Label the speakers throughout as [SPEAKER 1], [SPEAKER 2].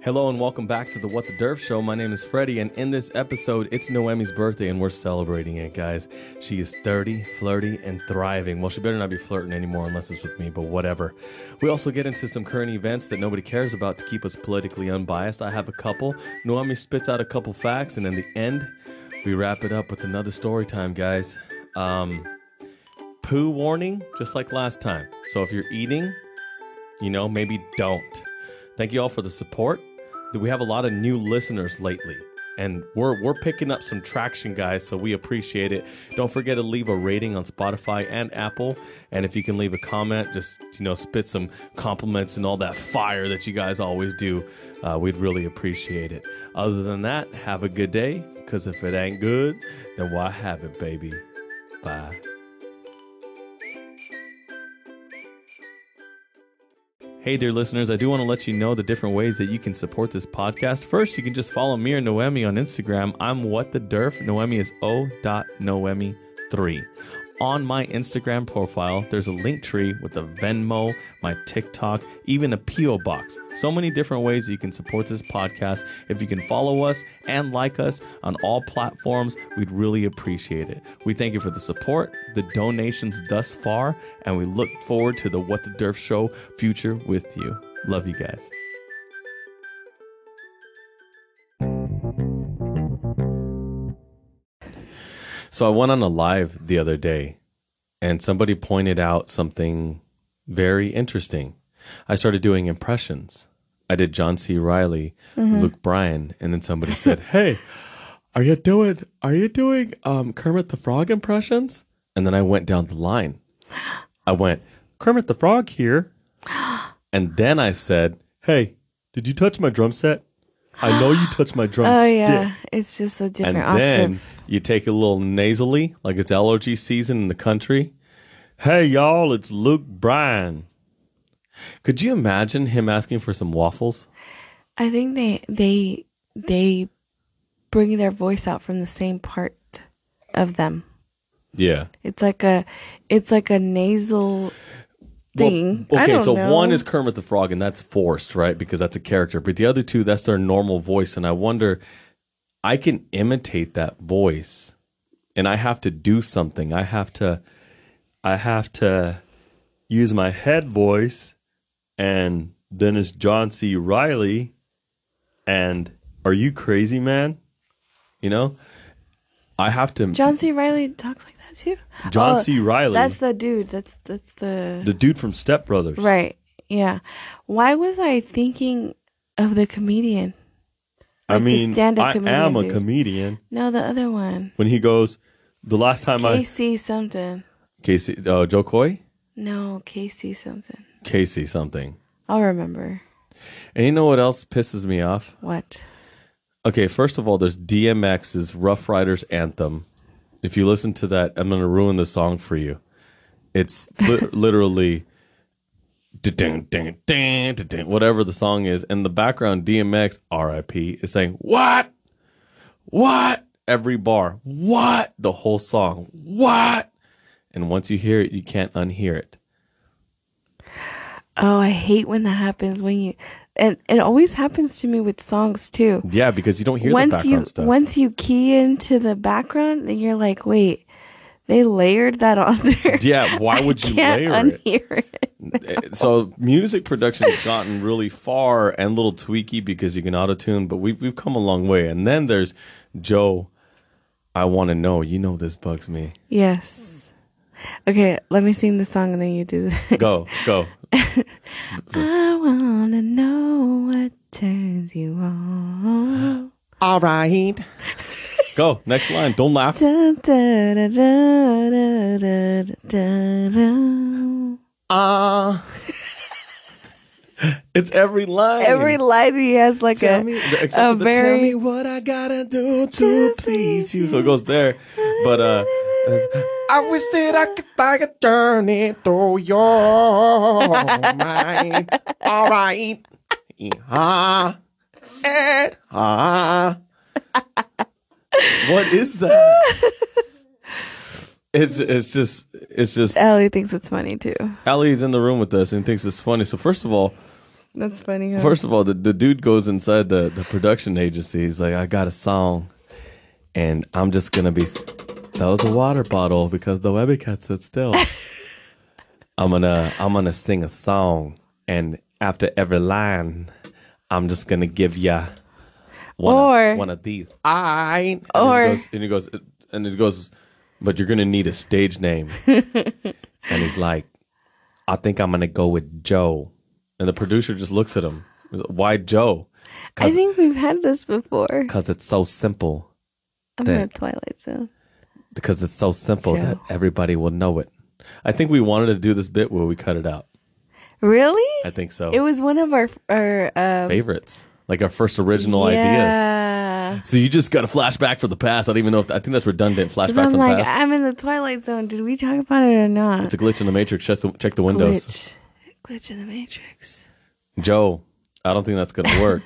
[SPEAKER 1] Hello and welcome back to the What the Derf Show. My name is Freddie, and in this episode, it's Noemi's birthday, and we're celebrating it, guys. She is 30, flirty, and thriving. Well, she better not be flirting anymore unless it's with me, but whatever. We also get into some current events that nobody cares about to keep us politically unbiased. I have a couple. Noemi spits out a couple facts, and in the end, we wrap it up with another story time, guys. Um, poo warning, just like last time. So if you're eating, you know, maybe don't. Thank you all for the support. We have a lot of new listeners lately, and we're we're picking up some traction, guys. So we appreciate it. Don't forget to leave a rating on Spotify and Apple, and if you can leave a comment, just you know, spit some compliments and all that fire that you guys always do. Uh, we'd really appreciate it. Other than that, have a good day. Cause if it ain't good, then why have it, baby? Bye. Hey, dear listeners, I do want to let you know the different ways that you can support this podcast. First, you can just follow me or Noemi on Instagram. I'm what the derf. Noemi is o.noemi3. On my Instagram profile, there's a link tree with a Venmo, my TikTok, even a P.O. box. So many different ways that you can support this podcast. If you can follow us and like us on all platforms, we'd really appreciate it. We thank you for the support, the donations thus far, and we look forward to the What the Derf Show future with you. Love you guys. So I went on a live the other day and somebody pointed out something very interesting. I started doing impressions. I did John C. Riley,
[SPEAKER 2] Mm-hmm.
[SPEAKER 1] Luke Bryan, and then somebody said, "Hey, are you doing are you doing um, Kermit the Frog impressions?" And then I went down the line. I went, "Kermit the Frog here." And then I said, "Hey, did you touch my drum set? I know you touched my drum
[SPEAKER 2] Oh
[SPEAKER 1] stick."
[SPEAKER 2] yeah, it's just a
[SPEAKER 1] and
[SPEAKER 2] different
[SPEAKER 1] then
[SPEAKER 2] octave.
[SPEAKER 1] you take it a little nasally, like it's allergy season in the country. Hey, y'all, it's Luke Bryan. Could you imagine him asking for some waffles?
[SPEAKER 2] I think they they they bring their voice out from the same part of them.
[SPEAKER 1] Yeah.
[SPEAKER 2] It's like a it's like a nasal thing. I
[SPEAKER 1] okay,
[SPEAKER 2] don't
[SPEAKER 1] so
[SPEAKER 2] know.
[SPEAKER 1] one is Kermit the Frog, and that's forced, right? Because that's a character. But the other two, that's their normal voice. And I wonder, I can imitate that voice, and I have to do something. I have to, I have to use my head voice, and then it's John C. Riley, and are you crazy, man? You know, I have to.
[SPEAKER 2] John C. Riley talks like that too.
[SPEAKER 1] John
[SPEAKER 2] Oh,
[SPEAKER 1] C. Riley,
[SPEAKER 2] That's the dude. That's that's the,
[SPEAKER 1] the dude from Step Brothers.
[SPEAKER 2] right. Yeah. Why was I thinking of the comedian?
[SPEAKER 1] I
[SPEAKER 2] Like the
[SPEAKER 1] mean,
[SPEAKER 2] stand-up
[SPEAKER 1] I
[SPEAKER 2] comedian
[SPEAKER 1] am a
[SPEAKER 2] dude.
[SPEAKER 1] comedian.
[SPEAKER 2] No, the other one.
[SPEAKER 1] when he goes, the last time I
[SPEAKER 2] Casey something.
[SPEAKER 1] Casey uh, Joe Coy
[SPEAKER 2] No, Casey something.
[SPEAKER 1] Casey something.
[SPEAKER 2] I'll remember.
[SPEAKER 1] And you know what else pisses me off?
[SPEAKER 2] What?
[SPEAKER 1] Okay, first of all, there's DMX's Rough Riders anthem. If you listen to that, I'm gonna ruin the song for you. It's li- literally. "Da-dun, dun, dun, da-dun," Whatever the song is, in the background, DMX RIP is saying, What? What? Every bar. What? The whole song. What? And once you hear it, you can't unhear it.
[SPEAKER 2] Oh, I hate when that happens. When you, and it always happens to me with songs too.
[SPEAKER 1] Yeah, because you don't hear the
[SPEAKER 2] once
[SPEAKER 1] background
[SPEAKER 2] you
[SPEAKER 1] stuff.
[SPEAKER 2] once you key into the background, then you're like, wait, they layered that on there.
[SPEAKER 1] yeah, why would you
[SPEAKER 2] Can't
[SPEAKER 1] layer
[SPEAKER 2] unhear it.
[SPEAKER 1] it? So music production's gotten really far and a little tweaky because you can auto tune, but we've we've come a long way. And then there's Joe. I want to know. You know this bugs me.
[SPEAKER 2] Yes. Okay, let me sing the song and then you do the.
[SPEAKER 1] Go go.
[SPEAKER 2] I wanna know what turns you on.
[SPEAKER 1] All right. Go next line. Don't laugh.
[SPEAKER 2] Da, da, da, da, da, da, da, da.
[SPEAKER 1] Ah. it's every line.
[SPEAKER 2] Every line he has like
[SPEAKER 1] tell
[SPEAKER 2] a
[SPEAKER 1] me, except for the tell
[SPEAKER 2] very-
[SPEAKER 1] me what I gotta do to please you. So it goes there, but uh, I wish that I could like a journey through your mind. All right, ah, eh, ah. What is that? It's it's just it's just
[SPEAKER 2] Um, Ellie thinks it's funny too.
[SPEAKER 1] Allie's in the room with us and thinks it's funny. So first of all,
[SPEAKER 2] That's funny. Huh?
[SPEAKER 1] First of all, the, the dude goes inside the, the production agency. He's like, I got a song, and I'm just gonna be. That was a water bottle because the webby cat said still. I'm gonna I'm gonna sing a song, and after every line, I'm just gonna give ya one
[SPEAKER 2] Or-
[SPEAKER 1] of, one of these. I and then he
[SPEAKER 2] Or-
[SPEAKER 1] goes- and he goes and it goes, but you're gonna need a stage name. and he's like, I think I'm gonna go with Joe. And the producer just looks at him. Why Joe?
[SPEAKER 2] I think we've had this before.
[SPEAKER 1] Because it's so simple.
[SPEAKER 2] I'm
[SPEAKER 1] that-
[SPEAKER 2] not Twilight Zone.
[SPEAKER 1] Because it's so simple
[SPEAKER 2] Joe.
[SPEAKER 1] that everybody will know it. I think we wanted to do this bit where we cut it out.
[SPEAKER 2] Really?
[SPEAKER 1] I think so.
[SPEAKER 2] It was one of our our um,
[SPEAKER 1] Favorites, like our first original ideas.
[SPEAKER 2] yeah.
[SPEAKER 1] So you just got a flashback for the past. I don't even know if I think that's redundant.
[SPEAKER 2] Because
[SPEAKER 1] Flashback
[SPEAKER 2] I'm
[SPEAKER 1] from
[SPEAKER 2] like,
[SPEAKER 1] the past.
[SPEAKER 2] I'm in the Twilight Zone. Did we talk about it or not?
[SPEAKER 1] it's a glitch in the matrix. Check the, check the windows.
[SPEAKER 2] glitch. Glitch in the Matrix.
[SPEAKER 1] Joe, I don't think that's gonna work.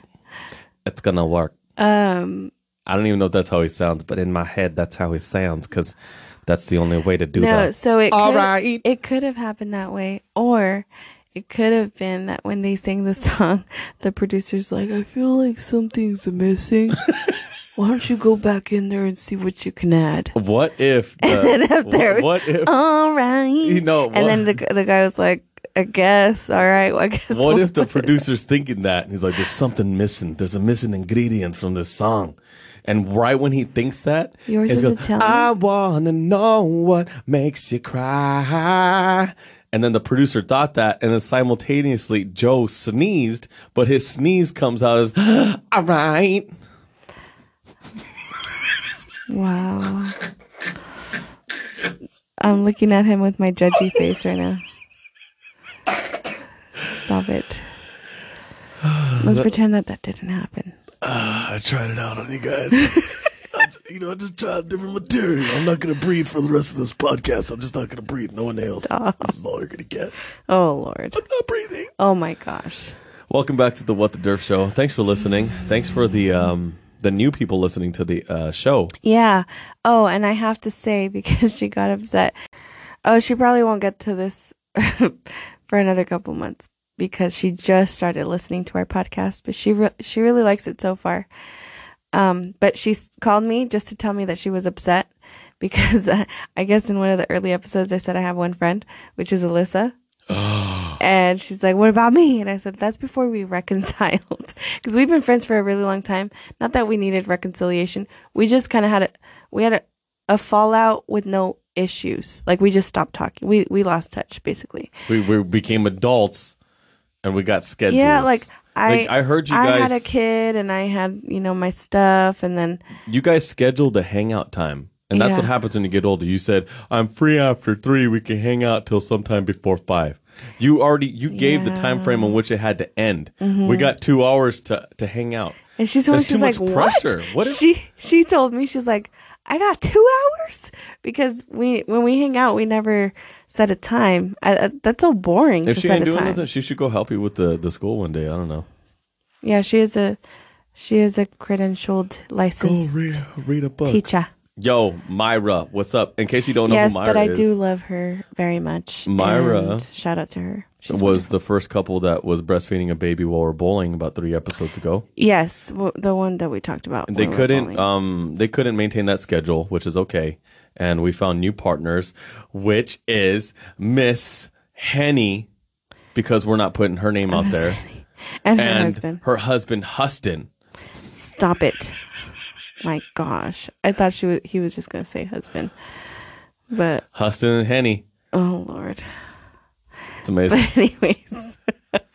[SPEAKER 1] it's gonna work.
[SPEAKER 2] Um,
[SPEAKER 1] I don't even know if that's how he sounds, but in my head, that's how he sounds because that's the only way to do
[SPEAKER 2] no,
[SPEAKER 1] that.
[SPEAKER 2] so it
[SPEAKER 1] All
[SPEAKER 2] could,
[SPEAKER 1] right.
[SPEAKER 2] it could have happened that way, or it could have been that when they sang the song, the producer's like, I feel like something's missing. Why don't you go back in there and see what you can add?
[SPEAKER 1] What if? The,
[SPEAKER 2] And then after-
[SPEAKER 1] what, what if?
[SPEAKER 2] All right. You
[SPEAKER 1] know,
[SPEAKER 2] and then the, the guy was like, I guess. All right. Well, I guess.
[SPEAKER 1] What
[SPEAKER 2] we'll
[SPEAKER 1] if the
[SPEAKER 2] put it-
[SPEAKER 1] producer's thinking that and he's like, "There's something missing. There's a missing ingredient from this song," and right when he thinks that,
[SPEAKER 2] Yours
[SPEAKER 1] it's
[SPEAKER 2] is
[SPEAKER 1] going,
[SPEAKER 2] Italian?
[SPEAKER 1] I wanna know what makes you cry. And then the producer thought that, and then simultaneously Joe sneezed, but his sneeze comes out as, "All right."
[SPEAKER 2] Wow. I'm looking at him with my judgy face right now. Stop it. Let's pretend that that didn't happen.
[SPEAKER 1] I tried it out on you guys. You know, I just tried different material. I'm not gonna breathe for the rest of this podcast. I'm just not gonna breathe. No one else. This is all you're gonna get.
[SPEAKER 2] Oh, Lord.
[SPEAKER 1] Not breathing.
[SPEAKER 2] Oh, my gosh.
[SPEAKER 1] Welcome back to the What the Derf Show. Thanks for listening. Thanks for the um, the new people listening to the uh, show.
[SPEAKER 2] Yeah. Oh, and I have to say, because she got upset. Oh, she probably won't get to this for another couple months because she just started listening to our podcast, but she re- she really likes it so far. Um, but she s- called me just to tell me that she was upset because uh, I guess in one of the early episodes I said I have one friend, which is Alyssa. And she's like, "What about me?" And I said, "That's before we reconciled, because we've been friends for a really long time. Not that we needed reconciliation. We just kind of had a we had a, a fallout with no issues. Like we just stopped talking. We we lost touch basically.
[SPEAKER 1] We, we became adults and we got schedules.
[SPEAKER 2] Yeah, like I
[SPEAKER 1] Like, I heard you
[SPEAKER 2] I
[SPEAKER 1] guys.
[SPEAKER 2] had a kid and I had you know my stuff, and then
[SPEAKER 1] you guys scheduled a hangout time, and that's
[SPEAKER 2] Yeah.
[SPEAKER 1] what happens when you get older. You said, "I'm free after three. We can hang out till sometime before five. You already you gave the time frame in which it had to end.
[SPEAKER 2] Mm-hmm.
[SPEAKER 1] We got two hours to to hang out.
[SPEAKER 2] and she's when
[SPEAKER 1] There's
[SPEAKER 2] she's
[SPEAKER 1] too
[SPEAKER 2] like,
[SPEAKER 1] much pressure.
[SPEAKER 2] What?
[SPEAKER 1] What if-
[SPEAKER 2] she she told me she's like, I got two hours because we when we hang out we never set a time. I, I, that's so boring
[SPEAKER 1] If
[SPEAKER 2] to
[SPEAKER 1] she
[SPEAKER 2] set
[SPEAKER 1] ain't
[SPEAKER 2] a
[SPEAKER 1] doing
[SPEAKER 2] time.
[SPEAKER 1] nothing, she should go help you with the the school one day. I don't know.
[SPEAKER 2] Yeah, she is a she is a credentialed licensed
[SPEAKER 1] read read a book.
[SPEAKER 2] teacher.
[SPEAKER 1] Yo, Myra, what's up? In case you don't know
[SPEAKER 2] yes,
[SPEAKER 1] who Myra
[SPEAKER 2] but I
[SPEAKER 1] is,
[SPEAKER 2] do love her very much.
[SPEAKER 1] Myra
[SPEAKER 2] and shout out to her. She's
[SPEAKER 1] was the first couple that was breastfeeding a baby while we're bowling about three episodes ago.
[SPEAKER 2] Yes, w- the one that we talked about.
[SPEAKER 1] They
[SPEAKER 2] when we were
[SPEAKER 1] couldn't,
[SPEAKER 2] bowling.
[SPEAKER 1] um, they couldn't maintain that schedule, which is okay. And we found new partners, which is Miss Henny, because we're not putting her name out there,
[SPEAKER 2] and her
[SPEAKER 1] and
[SPEAKER 2] husband.
[SPEAKER 1] her husband Huston.
[SPEAKER 2] Stop it! My gosh, I thought she was, he was just gonna say husband, but
[SPEAKER 1] Huston and Henny.
[SPEAKER 2] oh lord.
[SPEAKER 1] It's amazing.
[SPEAKER 2] But anyways,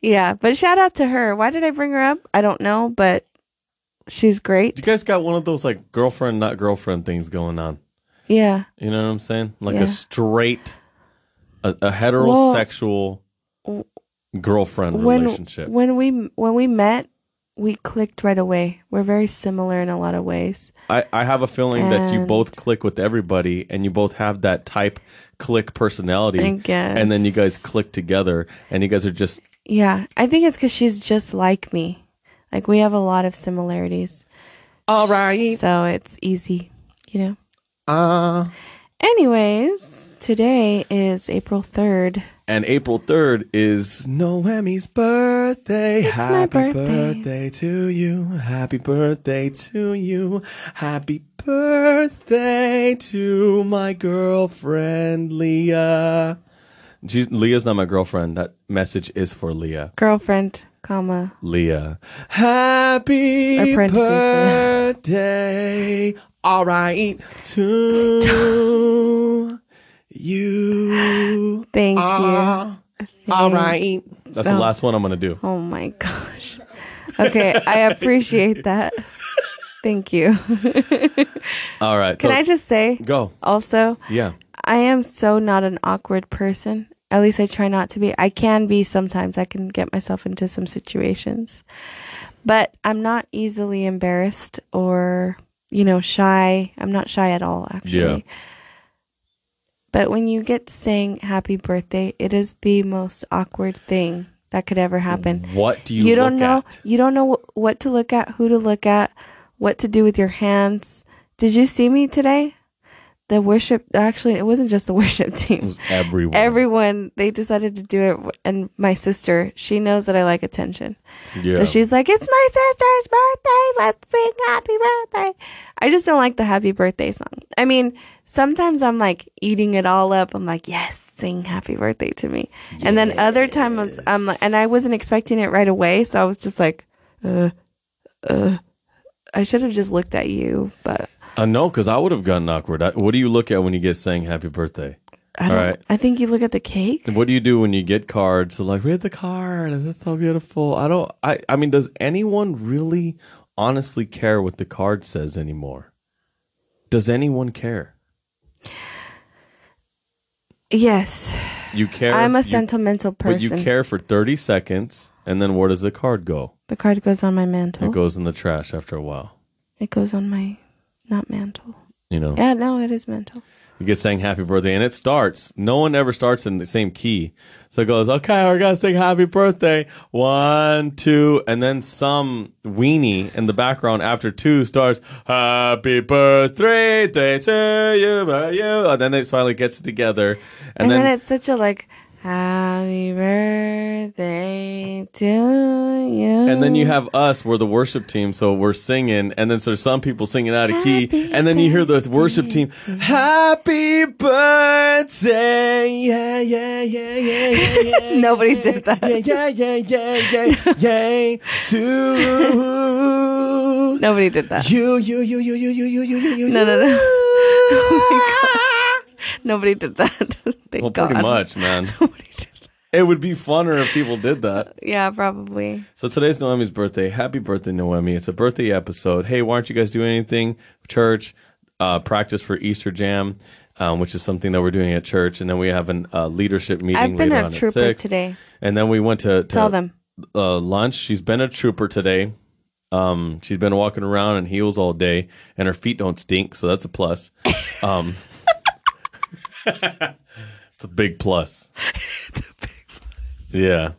[SPEAKER 2] yeah. But shout out to her. Why did I bring her up? I don't know, but she's great.
[SPEAKER 1] you guys got one of those like girlfriend, not girlfriend things going on.
[SPEAKER 2] Yeah.
[SPEAKER 1] You know what I'm saying? Like
[SPEAKER 2] Yeah.
[SPEAKER 1] a straight, a, a heterosexual
[SPEAKER 2] Well,
[SPEAKER 1] girlfriend
[SPEAKER 2] when
[SPEAKER 1] relationship.
[SPEAKER 2] when we when we met, we clicked right away. We're very similar in a lot of ways.
[SPEAKER 1] I, I have a feeling that you
[SPEAKER 2] And-
[SPEAKER 1] both click with everybody and you both have that type click personality.
[SPEAKER 2] I guess.
[SPEAKER 1] And then you guys click together and you guys are just,
[SPEAKER 2] Yeah, I think it's because she's just like me. Like we have a lot of similarities,
[SPEAKER 1] all right.
[SPEAKER 2] so it's easy, you know.
[SPEAKER 1] Uh,
[SPEAKER 2] Anyways, today is April third,
[SPEAKER 1] And April 3rd is Noemi's birthday.
[SPEAKER 2] It's my
[SPEAKER 1] Happy
[SPEAKER 2] birthday.
[SPEAKER 1] to you. Happy birthday to you. Happy birthday to my girlfriend, Leah. She's, Leah's not my girlfriend. That message is for Leah.
[SPEAKER 2] Girlfriend, comma.
[SPEAKER 1] Leah. Happy
[SPEAKER 2] Or parentheses, Leah.
[SPEAKER 1] birthday. All right. To you.
[SPEAKER 2] Thank
[SPEAKER 1] Ah.
[SPEAKER 2] you.
[SPEAKER 1] All
[SPEAKER 2] Thank-
[SPEAKER 1] right. That's the
[SPEAKER 2] Oh.
[SPEAKER 1] last one I'm going to do.
[SPEAKER 2] Oh my gosh. Okay, I appreciate that. Thank you.
[SPEAKER 1] All right.
[SPEAKER 2] Can
[SPEAKER 1] so
[SPEAKER 2] I
[SPEAKER 1] it's-
[SPEAKER 2] just say
[SPEAKER 1] go?
[SPEAKER 2] also,
[SPEAKER 1] Yeah.
[SPEAKER 2] I am so not an awkward person. At least I try not to be. I can be sometimes. I can get myself into some situations. But I'm not easily embarrassed or, you know, shy. I'm not shy at all, actually. But when you get saying happy birthday, it is the most awkward thing that could ever happen.
[SPEAKER 1] What do you,
[SPEAKER 2] You, don't
[SPEAKER 1] look
[SPEAKER 2] know.
[SPEAKER 1] at?
[SPEAKER 2] You don't know wh- what to look at, who to look at, what to do with your hands. Did you see me today? The worship. Actually, it wasn't just the worship
[SPEAKER 1] It
[SPEAKER 2] team.
[SPEAKER 1] was everyone.
[SPEAKER 2] Everyone they decided to do it, w- and my sister, she knows that I like attention,
[SPEAKER 1] yeah.
[SPEAKER 2] so she's like, "It's my sister's birthday. Let's sing happy birthday." I just don't like the happy birthday song. I mean, sometimes I'm like eating it all up. I'm like, "Yes, sing happy birthday to me," and then other times I'm like, and I wasn't expecting it right away, so I was just like, "Uh, uh." I should have just looked at you, but
[SPEAKER 1] uh, no, because I would have gotten awkward. I, what do you look at when you get saying happy birthday?
[SPEAKER 2] I don't.
[SPEAKER 1] Alright.
[SPEAKER 2] I think you look at the cake.
[SPEAKER 1] What do you do when you get cards? So like, read the card. Is so beautiful? I don't. I. I mean, does anyone really, honestly care what the card says anymore? Does anyone care?
[SPEAKER 2] Yes,
[SPEAKER 1] You care.
[SPEAKER 2] I'm a
[SPEAKER 1] you-
[SPEAKER 2] sentimental person.
[SPEAKER 1] But you care for 30 seconds, and then where does the card go?
[SPEAKER 2] The card goes on my mantle.
[SPEAKER 1] It goes in the trash after a while.
[SPEAKER 2] It goes on my not mantle.
[SPEAKER 1] You know,
[SPEAKER 2] Yeah, no, it is mantle.
[SPEAKER 1] you get saying happy birthday, and it starts. No one ever starts in the same key. So it goes, okay, we're going to sing happy birthday. One, two, and then some weenie in the background after two starts, happy birthday day to you, by you. And then it finally gets it together. And,
[SPEAKER 2] And, then,
[SPEAKER 1] then,
[SPEAKER 2] it's such a like happy birthday to you.
[SPEAKER 1] And then you have us, we're the worship team, so we're singing, and then so some people singing out of key,
[SPEAKER 2] Happy
[SPEAKER 1] and then you hear the worship team, Happy birthday, yeah, yeah, yeah, yeah, yeah, yeah.
[SPEAKER 2] Nobody
[SPEAKER 1] yeah,
[SPEAKER 2] did that.
[SPEAKER 1] Yeah, yeah, yeah, yeah, yeah, yeah, to
[SPEAKER 2] Nobody did that.
[SPEAKER 1] you, you, you, you, you, you, you, you, you, you.
[SPEAKER 2] No, no, no. Oh Nobody did that. Thank
[SPEAKER 1] Well, pretty
[SPEAKER 2] God.
[SPEAKER 1] much, man.
[SPEAKER 2] Nobody did that.
[SPEAKER 1] It would be funner if people did that.
[SPEAKER 2] Yeah, probably.
[SPEAKER 1] So today's Noemi's birthday. Happy birthday, Noemi. It's a birthday episode. Hey, why aren't you guys doing anything? Church, uh, practice for Easter Jam, um, which is something that we're doing at church. And then we have a uh, leadership meeting
[SPEAKER 2] I've been
[SPEAKER 1] later
[SPEAKER 2] a
[SPEAKER 1] on at
[SPEAKER 2] trooper
[SPEAKER 1] 6.
[SPEAKER 2] today.
[SPEAKER 1] And then we went to, to
[SPEAKER 2] Tell them.
[SPEAKER 1] Uh, lunch. She's been a trooper today. Um, she's been walking around in heels all day, and her feet don't stink, so that's a plus. Um, it's a big plus. Yeah,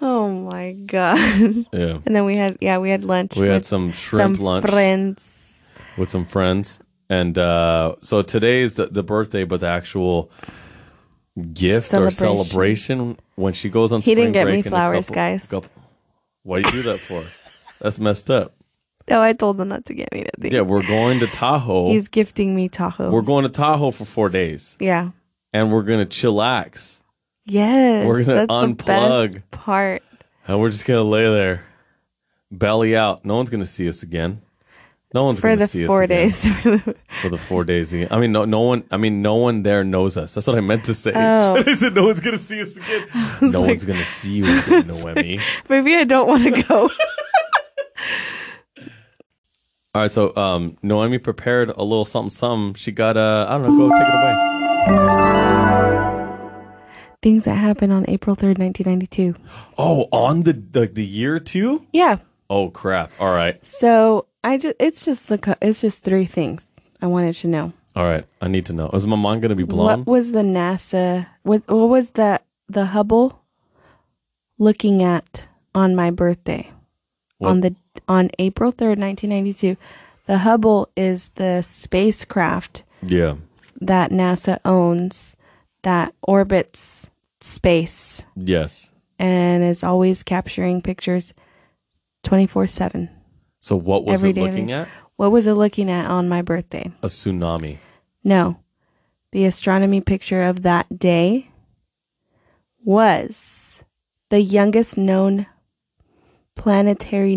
[SPEAKER 2] Oh my god. and
[SPEAKER 1] yeah.
[SPEAKER 2] then we had yeah, we had lunch.
[SPEAKER 1] We had
[SPEAKER 2] with
[SPEAKER 1] some shrimp
[SPEAKER 2] some
[SPEAKER 1] lunch.
[SPEAKER 2] friends.
[SPEAKER 1] with some friends. And uh, so today is the, the birthday, but the actual gift or
[SPEAKER 2] Celebration.
[SPEAKER 1] celebration when she goes on
[SPEAKER 2] He
[SPEAKER 1] spring
[SPEAKER 2] didn't get me
[SPEAKER 1] break in a
[SPEAKER 2] flowers,
[SPEAKER 1] couple-
[SPEAKER 2] guys.
[SPEAKER 1] couple- why do you do that for? That's messed up.
[SPEAKER 2] No, Oh, I told them not to get me nothing.
[SPEAKER 1] Yeah, we're going to Tahoe.
[SPEAKER 2] He's gifting me Tahoe.
[SPEAKER 1] we're going to Tahoe for four days,
[SPEAKER 2] yeah.
[SPEAKER 1] and we're gonna chillax,
[SPEAKER 2] Yes.
[SPEAKER 1] We're gonna
[SPEAKER 2] that's the
[SPEAKER 1] unplug.
[SPEAKER 2] best part.
[SPEAKER 1] and we're just gonna lay there, belly out. No one's gonna see us again. No one's
[SPEAKER 2] for
[SPEAKER 1] gonna
[SPEAKER 2] the
[SPEAKER 1] see
[SPEAKER 2] four
[SPEAKER 1] us again
[SPEAKER 2] days.
[SPEAKER 1] for the four days. again. I mean, no, no one. I mean, no one there knows us. That's what I meant to say.
[SPEAKER 2] Oh.
[SPEAKER 1] I said no one's gonna see us again. No
[SPEAKER 2] like-
[SPEAKER 1] one's gonna see you again, Noemi.
[SPEAKER 2] Maybe I don't want to go.
[SPEAKER 1] All right, so um, Noemi prepared a little something, something. She got uh, I don't know. Go take it away.
[SPEAKER 2] Things that happened on April 3rd, 1992.
[SPEAKER 1] Oh, on the the, the year two.
[SPEAKER 2] Yeah.
[SPEAKER 1] Oh crap! All right,
[SPEAKER 2] So I just, it's just the, co- it's just three things I wanted to know.
[SPEAKER 1] all right. I need to know. Is my mind gonna be blown?
[SPEAKER 2] What was the NASA, what, what was the, the Hubble looking at on my birthday?
[SPEAKER 1] What-
[SPEAKER 2] On the, on April 3rd, 1992. The Hubble is the spacecraft
[SPEAKER 1] Yeah.
[SPEAKER 2] that NASA owns that orbits space
[SPEAKER 1] Yes.
[SPEAKER 2] and is always capturing pictures 24 7.
[SPEAKER 1] So what was
[SPEAKER 2] Every
[SPEAKER 1] it
[SPEAKER 2] day of the
[SPEAKER 1] looking at?
[SPEAKER 2] What was it looking at on my birthday?
[SPEAKER 1] A tsunami.
[SPEAKER 2] No. The astronomy picture of that day was the youngest known planetary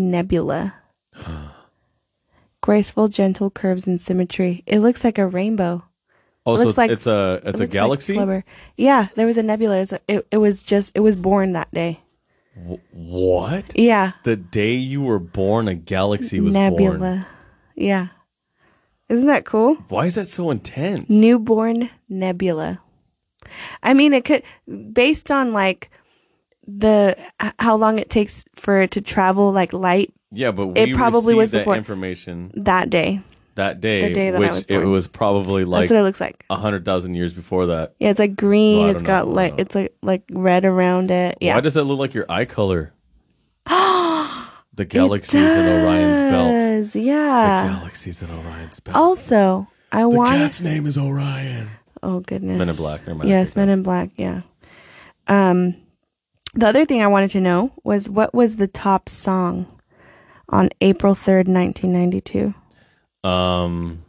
[SPEAKER 2] nebula. Graceful, gentle curves and symmetry. It looks like a rainbow.
[SPEAKER 1] Oh,
[SPEAKER 2] It
[SPEAKER 1] so
[SPEAKER 2] looks like-
[SPEAKER 1] it's a it's
[SPEAKER 2] It
[SPEAKER 1] a
[SPEAKER 2] looks like
[SPEAKER 1] galaxy.
[SPEAKER 2] flubber. yeah, there was a nebula. It was, it, it was just, it was born that day.
[SPEAKER 1] Wh- what?
[SPEAKER 2] Yeah.
[SPEAKER 1] The day you were born, a galaxy was
[SPEAKER 2] nebula.
[SPEAKER 1] born.
[SPEAKER 2] Yeah. Isn't that cool?
[SPEAKER 1] Why is that so intense?
[SPEAKER 2] newborn nebula i mean it could based on like the h- how long it takes for it to travel like light
[SPEAKER 1] yeah, but we
[SPEAKER 2] It probably
[SPEAKER 1] received
[SPEAKER 2] was
[SPEAKER 1] that
[SPEAKER 2] before.
[SPEAKER 1] information
[SPEAKER 2] that day
[SPEAKER 1] that day,
[SPEAKER 2] The day that I
[SPEAKER 1] which
[SPEAKER 2] was
[SPEAKER 1] it
[SPEAKER 2] born.
[SPEAKER 1] was probably like
[SPEAKER 2] that's what it looks like
[SPEAKER 1] a hundred thousand years before that.
[SPEAKER 2] yeah it's like green
[SPEAKER 1] Well, I
[SPEAKER 2] it's
[SPEAKER 1] don't
[SPEAKER 2] got
[SPEAKER 1] know. I
[SPEAKER 2] like
[SPEAKER 1] don't know.
[SPEAKER 2] it's like like red around it yeah
[SPEAKER 1] Why does that look like your eye color? the galaxies in Orion's belt.
[SPEAKER 2] Does,
[SPEAKER 1] The
[SPEAKER 2] yeah
[SPEAKER 1] galaxies in Orion's belt.
[SPEAKER 2] also i
[SPEAKER 1] the
[SPEAKER 2] want
[SPEAKER 1] cat's name is Orion.
[SPEAKER 2] Oh goodness.
[SPEAKER 1] Men in Black, never mind, I
[SPEAKER 2] Yes,
[SPEAKER 1] forgot.
[SPEAKER 2] Men in Black. Yeah. Um, the other thing I wanted to know was what was the top song on April third, nineteen ninety two.
[SPEAKER 1] Um,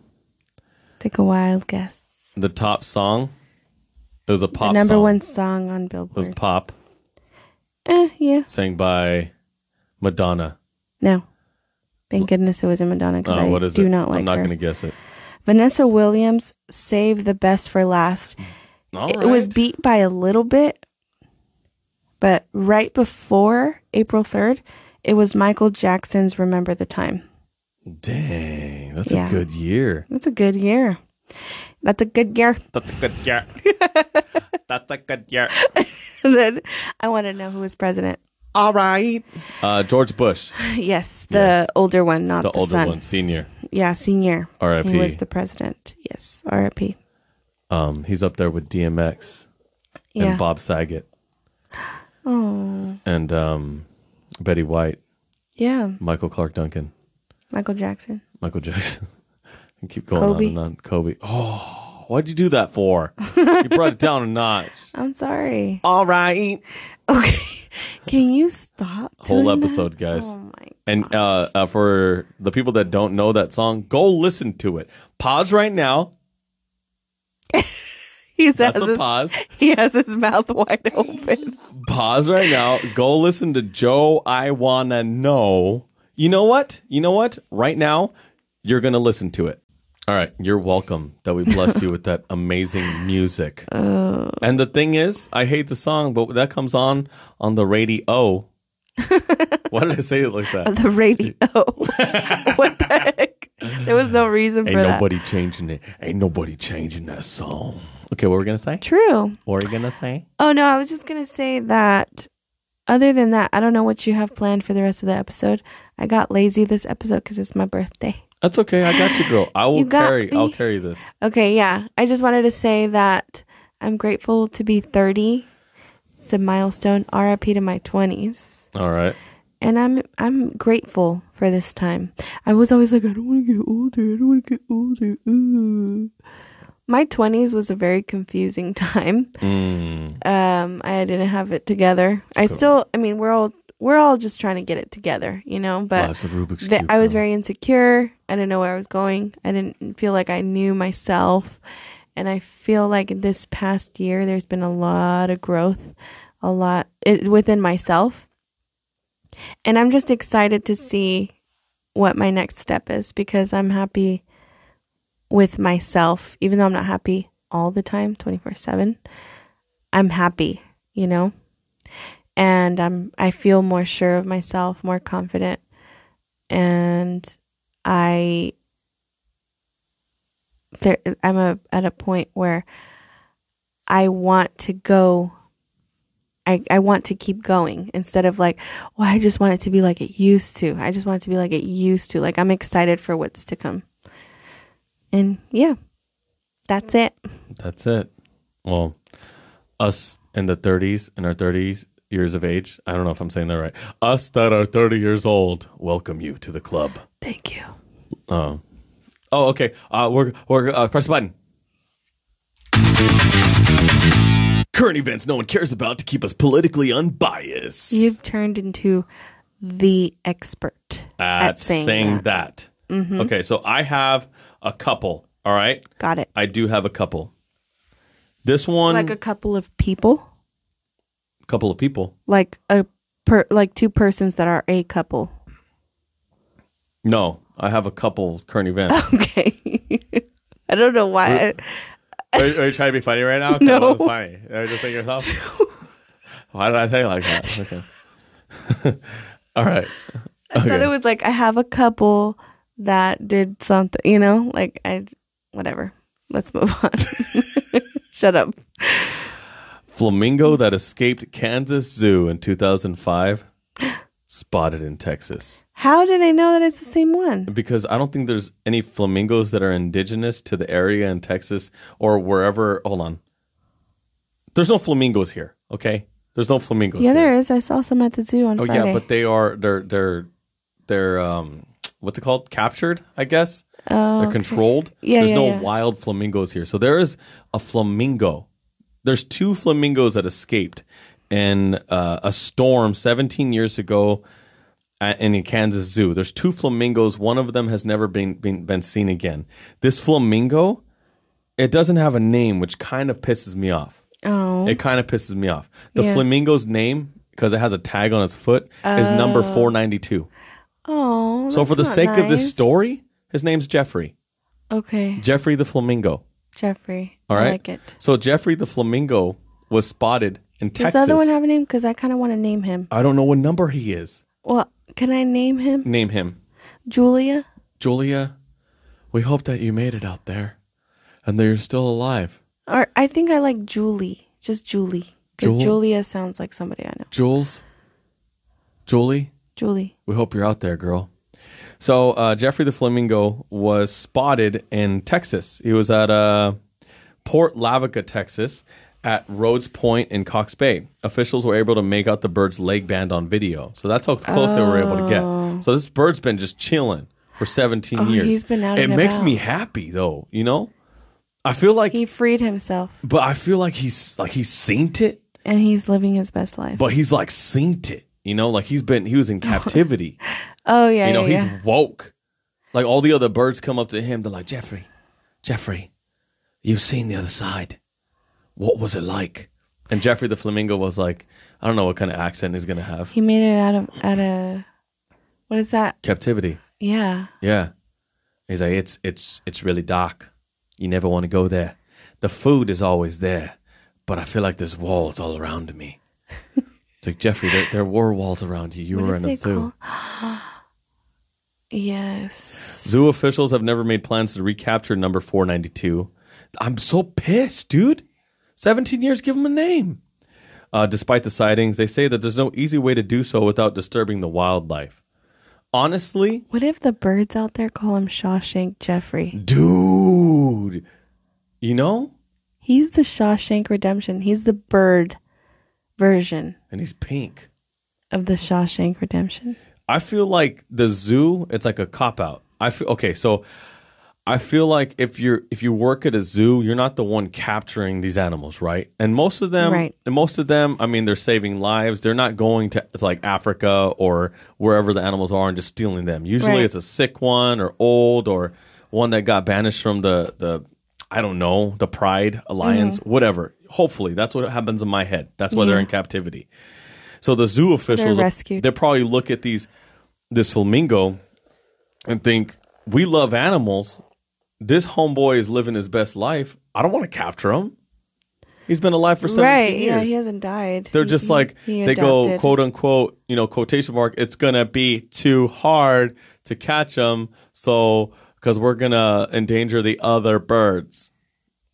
[SPEAKER 2] Take a wild guess.
[SPEAKER 1] the top song. It was a pop
[SPEAKER 2] the number
[SPEAKER 1] song.
[SPEAKER 2] one song on
[SPEAKER 1] It was
[SPEAKER 2] Billboard.
[SPEAKER 1] pop,
[SPEAKER 2] Eh, yeah.
[SPEAKER 1] sang by Madonna.
[SPEAKER 2] No. Thank goodness it wasn't Madonna because
[SPEAKER 1] Uh,
[SPEAKER 2] I
[SPEAKER 1] what is
[SPEAKER 2] do
[SPEAKER 1] it?
[SPEAKER 2] not like
[SPEAKER 1] I'm not
[SPEAKER 2] her.
[SPEAKER 1] going to guess it.
[SPEAKER 2] Vanessa Williams, "Save the Best for Last."
[SPEAKER 1] All
[SPEAKER 2] it was
[SPEAKER 1] right.
[SPEAKER 2] beat by a little bit, but right before April third, it was Michael Jackson's "Remember the Time."
[SPEAKER 1] Dang, that's
[SPEAKER 2] Yeah.
[SPEAKER 1] a good year.
[SPEAKER 2] That's a good year. That's a good year.
[SPEAKER 1] That's a good year. that's a good year.
[SPEAKER 2] And then I want to know who was president.
[SPEAKER 1] All right. Uh, George Bush,
[SPEAKER 2] Yes, the older one, not
[SPEAKER 1] the
[SPEAKER 2] the,
[SPEAKER 1] older
[SPEAKER 2] son.
[SPEAKER 1] one, senior.
[SPEAKER 2] Yeah, senior.
[SPEAKER 1] R.I.P..
[SPEAKER 2] He was the president. Yes, R.I.P.
[SPEAKER 1] Um, he's up there with DMX
[SPEAKER 2] Yeah.
[SPEAKER 1] and Bob Saget
[SPEAKER 2] Oh,
[SPEAKER 1] and um, Betty White,
[SPEAKER 2] yeah.
[SPEAKER 1] Michael Clark Duncan,
[SPEAKER 2] Michael Jackson.
[SPEAKER 1] Michael Jackson. I keep going
[SPEAKER 2] Kobe.
[SPEAKER 1] on and on. Kobe. Oh, why'd you do that for? you brought it down a notch.
[SPEAKER 2] I'm sorry.
[SPEAKER 1] All right.
[SPEAKER 2] Okay. Can you stop?
[SPEAKER 1] Whole
[SPEAKER 2] doing that?
[SPEAKER 1] episode, guys.
[SPEAKER 2] Oh my.
[SPEAKER 1] And uh, uh, for the people that don't know that song, go listen to it. Pause right now.
[SPEAKER 2] He has,
[SPEAKER 1] That's a
[SPEAKER 2] his,
[SPEAKER 1] pause.
[SPEAKER 2] he has his mouth wide open.
[SPEAKER 1] Pause right now. Go listen to Joe. I wanna know. You know what? You know what? Right now, you're gonna listen to it. All right, you're welcome that we blessed you with that amazing music.
[SPEAKER 2] Oh.
[SPEAKER 1] And the thing is, I hate the song, but that comes on on the radio. Why did I say it like that?
[SPEAKER 2] The radio. what the heck? There was no reason for
[SPEAKER 1] Ain't
[SPEAKER 2] that.
[SPEAKER 1] nobody changing it. Ain't nobody changing that song. Okay, what were we gonna say?
[SPEAKER 2] True.
[SPEAKER 1] What were you gonna say?
[SPEAKER 2] Oh no, I was just gonna say that. Other than that, I don't know what you have planned for the rest of the episode. I got lazy this episode because it's my birthday.
[SPEAKER 1] That's okay. I got you, girl. I will
[SPEAKER 2] You got
[SPEAKER 1] carry. I'll
[SPEAKER 2] me.
[SPEAKER 1] carry this.
[SPEAKER 2] Okay, yeah. I just wanted to say that I'm grateful to be 30. It's a milestone. RIP to my 20s.
[SPEAKER 1] All right.
[SPEAKER 2] And I'm I'm grateful for this time. I was always like, I don't want to get older. I don't want to get older. Ooh. My 20s was a very confusing time.
[SPEAKER 1] Mm.
[SPEAKER 2] um i didn't have it together i still i mean we're all we're all just trying to get it together you know but
[SPEAKER 1] Lives of Rubik's
[SPEAKER 2] th-
[SPEAKER 1] Cube,
[SPEAKER 2] i was
[SPEAKER 1] girl.
[SPEAKER 2] very insecure i didn't know where i was going i didn't feel like i knew myself and i feel like this past year there's been a lot of growth a lot it, within myself and i'm just excited to see what my next step is because i'm happy with myself even though i'm not happy all the time 24 7 I'm happy, you know? And I'm I feel more sure of myself, more confident. And I there I'm a, at a point where I want to go I, I want to keep going instead of like, well, I just want it to be like it used to. I just want it to be like it used to. Like I'm excited for what's to come. And yeah. That's it.
[SPEAKER 1] That's it. Well, us in the 30s, in our 30s years of age, I don't know if I'm saying that right. Us that are 30 years old, welcome you to the club.
[SPEAKER 2] Thank you.
[SPEAKER 1] Um, oh, okay. Uh, we're we're uh, press the button. current events no one cares about to keep us politically unbiased.
[SPEAKER 2] You've turned into the expert
[SPEAKER 1] at, saying, that.
[SPEAKER 2] Mm-hmm.
[SPEAKER 1] Okay, so I have a couple. All right,
[SPEAKER 2] Got it.
[SPEAKER 1] I do have a couple. This one,
[SPEAKER 2] Like a couple of people,
[SPEAKER 1] couple of people.
[SPEAKER 2] like a per, like two persons that are a couple.
[SPEAKER 1] No, I have a couple current events.
[SPEAKER 2] Okay. I don't know why.
[SPEAKER 3] Are you, are you trying to be funny right now? 'Cause
[SPEAKER 2] No.
[SPEAKER 3] That wasn't funny. Are you just thinking yourself? Why did I say it like that? Okay. All right.
[SPEAKER 2] I thought it was like I have a couple that did something, you know, like I whatever. Let's move on. Shut up.
[SPEAKER 1] Flamingo that escaped Kansas Zoo in 2005 spotted in Texas.
[SPEAKER 2] How do they know that it's the same one?
[SPEAKER 1] Because I don't think there's any flamingos that are indigenous to the area in Texas or wherever. Hold on. There's no flamingos here, okay? There's no flamingos
[SPEAKER 2] Yeah,
[SPEAKER 1] here.
[SPEAKER 2] there is. I saw some at the zoo on
[SPEAKER 1] Oh
[SPEAKER 2] Friday.
[SPEAKER 1] yeah, but they are they're they're they're um what's it called? Captured, I guess.
[SPEAKER 2] Oh,
[SPEAKER 1] they're controlled.
[SPEAKER 2] Yeah,
[SPEAKER 1] There's
[SPEAKER 2] yeah,
[SPEAKER 1] no
[SPEAKER 2] yeah.
[SPEAKER 1] wild flamingos here. So there is a flamingo. There's two flamingos that escaped in uh, a storm 17 years ago at, in a Kansas zoo. There's two flamingos. One of them has never been been, been seen again. This flamingo, it doesn't have a name, which kind of pisses me off.
[SPEAKER 2] oh,
[SPEAKER 1] It kind of pisses me off. The
[SPEAKER 2] Yeah.
[SPEAKER 1] flamingo's name, because it has a tag on its foot, is number 492.
[SPEAKER 2] oh.
[SPEAKER 1] So, for the
[SPEAKER 2] that's not
[SPEAKER 1] sake of this
[SPEAKER 2] nice.
[SPEAKER 1] story, his name's Jeffrey.
[SPEAKER 2] okay,
[SPEAKER 1] Jeffrey the flamingo.
[SPEAKER 2] Jeffrey.
[SPEAKER 1] All
[SPEAKER 2] I
[SPEAKER 1] right.
[SPEAKER 2] like it.
[SPEAKER 1] So, Jeffrey the flamingo was spotted in
[SPEAKER 2] Does
[SPEAKER 1] Texas.
[SPEAKER 2] the other one have a name? Because I kind of want to name him.
[SPEAKER 1] I don't know what number he is.
[SPEAKER 2] Well, can I name him
[SPEAKER 1] Name him.
[SPEAKER 2] Julia?
[SPEAKER 1] Julia, we hope that you made it out there and that you're still alive.
[SPEAKER 2] Or I think I like Julie. Just Julie.
[SPEAKER 1] Jewel?
[SPEAKER 2] Because Julia sounds like somebody I know.
[SPEAKER 1] Jules, Julie,
[SPEAKER 2] Julie.
[SPEAKER 1] We hope you're out there, girl. So uh, Jeffrey the Flamingo was spotted in Texas. He was at uh, Port Lavaca, Texas, at Rhodes Point in Cox Bay. Officials were able to make out the bird's leg band on video. So that's how close they were able to get. So this bird's been just chilling for 17
[SPEAKER 2] Oh,
[SPEAKER 1] years.
[SPEAKER 2] he's been out
[SPEAKER 1] It
[SPEAKER 2] and
[SPEAKER 1] makes me
[SPEAKER 2] about.
[SPEAKER 1] happy though, you know. I feel like,
[SPEAKER 2] He freed himself
[SPEAKER 1] but I feel like he's like he's seen it,
[SPEAKER 2] and he's living his best life.
[SPEAKER 1] but he's like seen it, you know. Like he's been he was in captivity.
[SPEAKER 2] oh yeah,
[SPEAKER 1] You know,
[SPEAKER 2] yeah,
[SPEAKER 1] he's
[SPEAKER 2] yeah.
[SPEAKER 1] woke. Like all the other birds come up to him, they're like, Jeffrey, Jeffrey, you've seen the other side. What was it like? And Jeffrey the flamingo was like, I don't know what kind of accent he's gonna have.
[SPEAKER 2] He made it out of out of what is that?
[SPEAKER 1] Captivity.
[SPEAKER 2] Yeah.
[SPEAKER 1] Yeah. He's like, It's it's it's really dark. You never want to go there. The food is always there, but I feel like there's walls all around me. it's like Jeffrey, there, there were walls around you. You
[SPEAKER 2] What
[SPEAKER 1] were
[SPEAKER 2] is
[SPEAKER 1] in a
[SPEAKER 2] it
[SPEAKER 1] zoo.
[SPEAKER 2] called? yes.
[SPEAKER 1] Zoo officials have never made plans to recapture number 492. I'm so pissed, dude. 17 years, give him a name. Uh, despite the sightings, they say that there's no easy way to do so without disturbing the wildlife. Honestly,
[SPEAKER 2] What if the birds out there call him Shawshank Jeffrey?
[SPEAKER 1] dude, you know?
[SPEAKER 2] He's the Shawshank Redemption. He's the bird version
[SPEAKER 1] And he's pink.
[SPEAKER 2] of the Shawshank Redemption.
[SPEAKER 1] I feel like the zoo, it's like a cop out. I feel okay, so I feel like if you're if you work at a zoo, you're not the one capturing these animals, right? And most of them
[SPEAKER 2] Right.
[SPEAKER 1] and most of them, I mean, they're saving lives. They're not going to like Africa or wherever the animals are and just stealing them. Usually
[SPEAKER 2] Right.
[SPEAKER 1] it's a sick one or old or one that got banished from the the I don't know, the pride, alliance,
[SPEAKER 2] Mm-hmm.
[SPEAKER 1] whatever. Hopefully, that's what happens in my head. That's why they're in captivity. So the zoo officials
[SPEAKER 2] rescued.
[SPEAKER 1] they probably look at these this flamingo and think, "We love animals. This homeboy is living his best life. I don't want to capture him. He's been alive for 17
[SPEAKER 2] Right.
[SPEAKER 1] years."
[SPEAKER 2] Yeah, he hasn't died.
[SPEAKER 1] They're
[SPEAKER 2] He-
[SPEAKER 1] just
[SPEAKER 2] he-
[SPEAKER 1] like
[SPEAKER 2] he
[SPEAKER 1] they go
[SPEAKER 2] adopted.
[SPEAKER 1] quote unquote, you know, quotation mark, it's going to be too hard to catch them, so cuz we're going to endanger the other birds.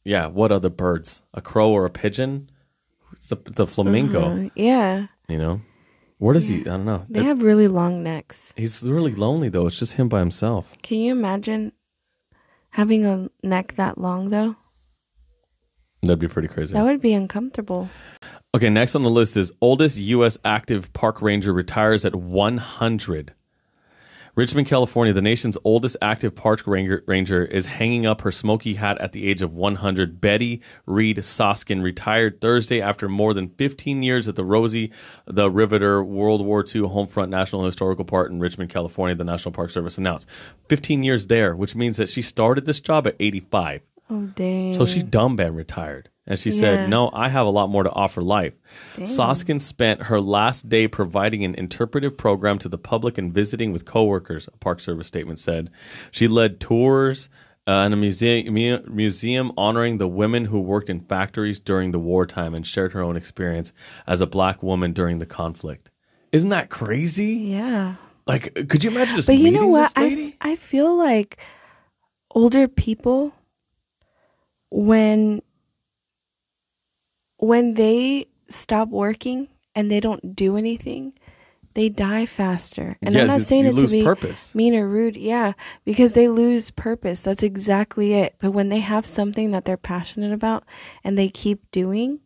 [SPEAKER 1] Yeah, what other birds? A crow or a pigeon? It's a, it's a flamingo,
[SPEAKER 2] Uh, yeah.
[SPEAKER 1] you know. Where does he? I don't know.
[SPEAKER 2] They have really long necks.
[SPEAKER 1] He's really lonely though. It's just him by himself.
[SPEAKER 2] Can you imagine having a neck that long though?
[SPEAKER 1] That'd be pretty crazy.
[SPEAKER 2] That would be uncomfortable.
[SPEAKER 1] Okay, next on the list is oldest U.S. active park ranger retires at 100. Richmond, California, the nation's oldest active park ranger, ranger is hanging up her smoky hat at the age of 100. Betty Reed Soskin retired Thursday after more than 15 years at the Rosie the Riveter World War II Homefront National Historical Park in Richmond, California, the National Park Service announced. 15 years there, which means that she started this job at 85.
[SPEAKER 2] Oh, dang.
[SPEAKER 1] So she dumb and retired. And she
[SPEAKER 2] Yeah.
[SPEAKER 1] said, No, I have a lot more to offer life. Soskin spent her last day providing an interpretive program to the public and visiting with coworkers, a Park Service statement said. She led tours uh, in a museum, mu- museum honoring the women who worked in factories during the wartime and shared her own experience as a black woman during the conflict. Isn't that crazy?
[SPEAKER 2] yeah.
[SPEAKER 1] Like, could you imagine just
[SPEAKER 2] But you know
[SPEAKER 1] meeting
[SPEAKER 2] what?
[SPEAKER 1] this lady?
[SPEAKER 2] I, I feel like older people when when they stop working and they don't do anything, they die faster. And
[SPEAKER 1] Yeah,
[SPEAKER 2] I'm not
[SPEAKER 1] it's-
[SPEAKER 2] saying
[SPEAKER 1] you
[SPEAKER 2] it
[SPEAKER 1] lose
[SPEAKER 2] to be
[SPEAKER 1] purpose.
[SPEAKER 2] mean or rude, yeah, because they lose purpose. That's exactly it. But when they have something that they're passionate about and they keep doing,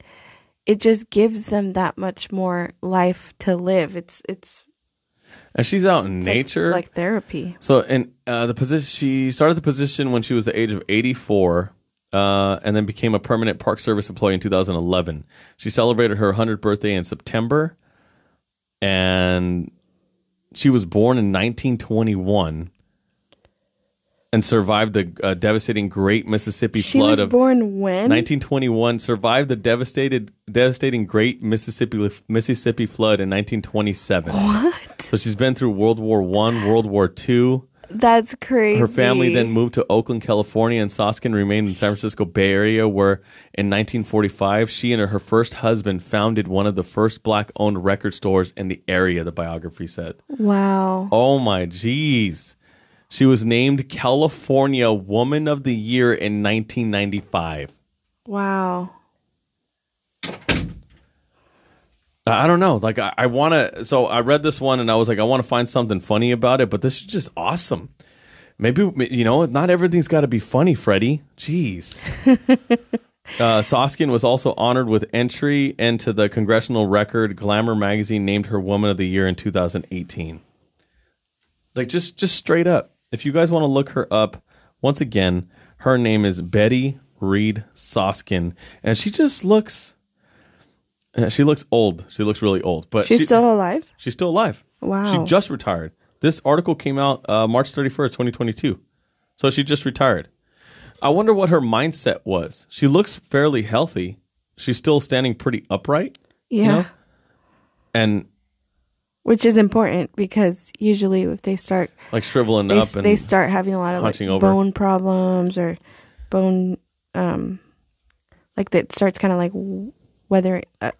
[SPEAKER 2] it just gives them that much more life to live. It's it's
[SPEAKER 1] and she's out in
[SPEAKER 2] like-
[SPEAKER 1] nature.
[SPEAKER 2] like therapy.
[SPEAKER 1] So, and uh, the position she started the position when she was the age of 84, uh, and then became a permanent Park Service employee in 2011. She celebrated her 100th birthday in September, and she was born in 1921 and survived the uh, devastating Great Mississippi
[SPEAKER 2] She
[SPEAKER 1] flood
[SPEAKER 2] was
[SPEAKER 1] of
[SPEAKER 2] born when?
[SPEAKER 1] 1921 survived the devastated devastating Great Mississippi Mississippi flood in 1927.
[SPEAKER 2] what?
[SPEAKER 1] So she's been through World War 1, World War 2.
[SPEAKER 2] That's crazy.
[SPEAKER 1] Her family then moved to Oakland, California, and Soskin remained in San Francisco Bay Area, where in 1945 she and her first husband founded one of the first black-owned record stores in the area. The biography said,
[SPEAKER 2] Wow.
[SPEAKER 1] "Oh my jeez." She was named California Woman of the Year in 1995.
[SPEAKER 2] Wow.
[SPEAKER 1] I I don't know. Like I, I want to. So I read this one and I was like, I want to find something funny about it. But this is just awesome. Maybe you know, not everything's got to be funny, Freddie. Jeez. uh, Soskin was also honored with entry into the congressional record. Glamour magazine named her Woman of the Year in 2018. Like just just straight up. If you guys want to look her up, once again, her name is Betty Reed Soskin, and she just looks. uh, She looks old. She looks really old, but
[SPEAKER 2] She's
[SPEAKER 1] she-
[SPEAKER 2] still alive?
[SPEAKER 1] She's still alive.
[SPEAKER 2] Wow.
[SPEAKER 1] She just retired. This article came out uh, March 31st, 2022. So she just retired. I wonder what her mindset was. She looks fairly healthy. She's still standing pretty upright.
[SPEAKER 2] Yeah.
[SPEAKER 1] know? And
[SPEAKER 2] Which is important because usually if they start
[SPEAKER 1] like shriveling
[SPEAKER 2] they,
[SPEAKER 1] up and
[SPEAKER 2] they start having a lot of like
[SPEAKER 1] hunching over.
[SPEAKER 2] bone problems or bone um like that starts kind of like w- weathering uh,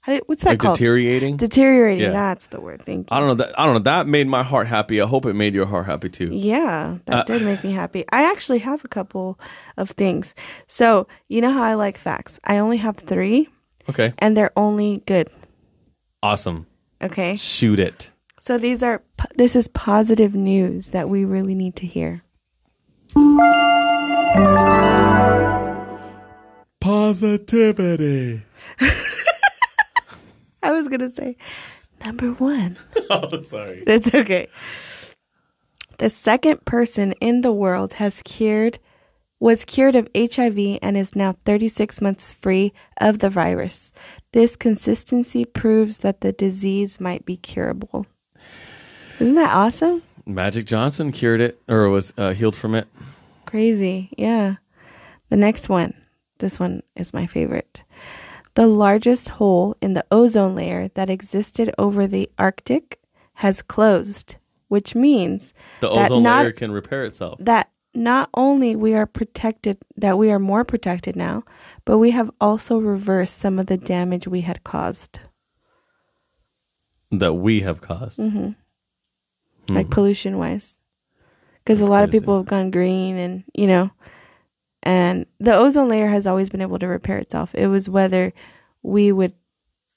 [SPEAKER 2] how did, what's that
[SPEAKER 1] like
[SPEAKER 2] called?
[SPEAKER 1] deteriorating.
[SPEAKER 2] Deteriorating.
[SPEAKER 1] Yeah. Uh,
[SPEAKER 2] That's the word. Thank you.
[SPEAKER 1] I don't know. That, I don't know. That made my heart happy. I hope it made your heart happy too.
[SPEAKER 2] Yeah,
[SPEAKER 1] uh,
[SPEAKER 2] that did make me happy. I actually have a couple of things. So, you know how I like facts? I only have three,
[SPEAKER 1] Okay.
[SPEAKER 2] and they're only good.
[SPEAKER 1] Awesome.
[SPEAKER 2] Okay.
[SPEAKER 1] Shoot it.
[SPEAKER 2] So, these are, po- this is positive news that we really need to hear.
[SPEAKER 1] Positivity.
[SPEAKER 2] I was going to say number one.
[SPEAKER 1] Oh, sorry.
[SPEAKER 2] It's okay. The second person in the world has cured, was cured of HIV and is now 36 months free of the virus. This consistency proves that the disease might be curable. Isn't that awesome?
[SPEAKER 1] Magic Johnson cured it or was uh, healed from it.
[SPEAKER 2] Crazy. Yeah. The next one. This one is my favorite. The largest hole in the ozone layer that existed over the Arctic has closed, which means
[SPEAKER 1] The
[SPEAKER 2] that
[SPEAKER 1] ozone
[SPEAKER 2] not
[SPEAKER 1] layer can repair itself.
[SPEAKER 2] that not only we are protected that we are more protected now but we have also reversed some of the damage we had caused
[SPEAKER 1] that we have caused.
[SPEAKER 2] Mm-hmm. like pollution wise because a
[SPEAKER 1] Mm. That's
[SPEAKER 2] lot of
[SPEAKER 1] crazy.
[SPEAKER 2] people have gone green and you know and the ozone layer has always been able to repair itself it was whether we would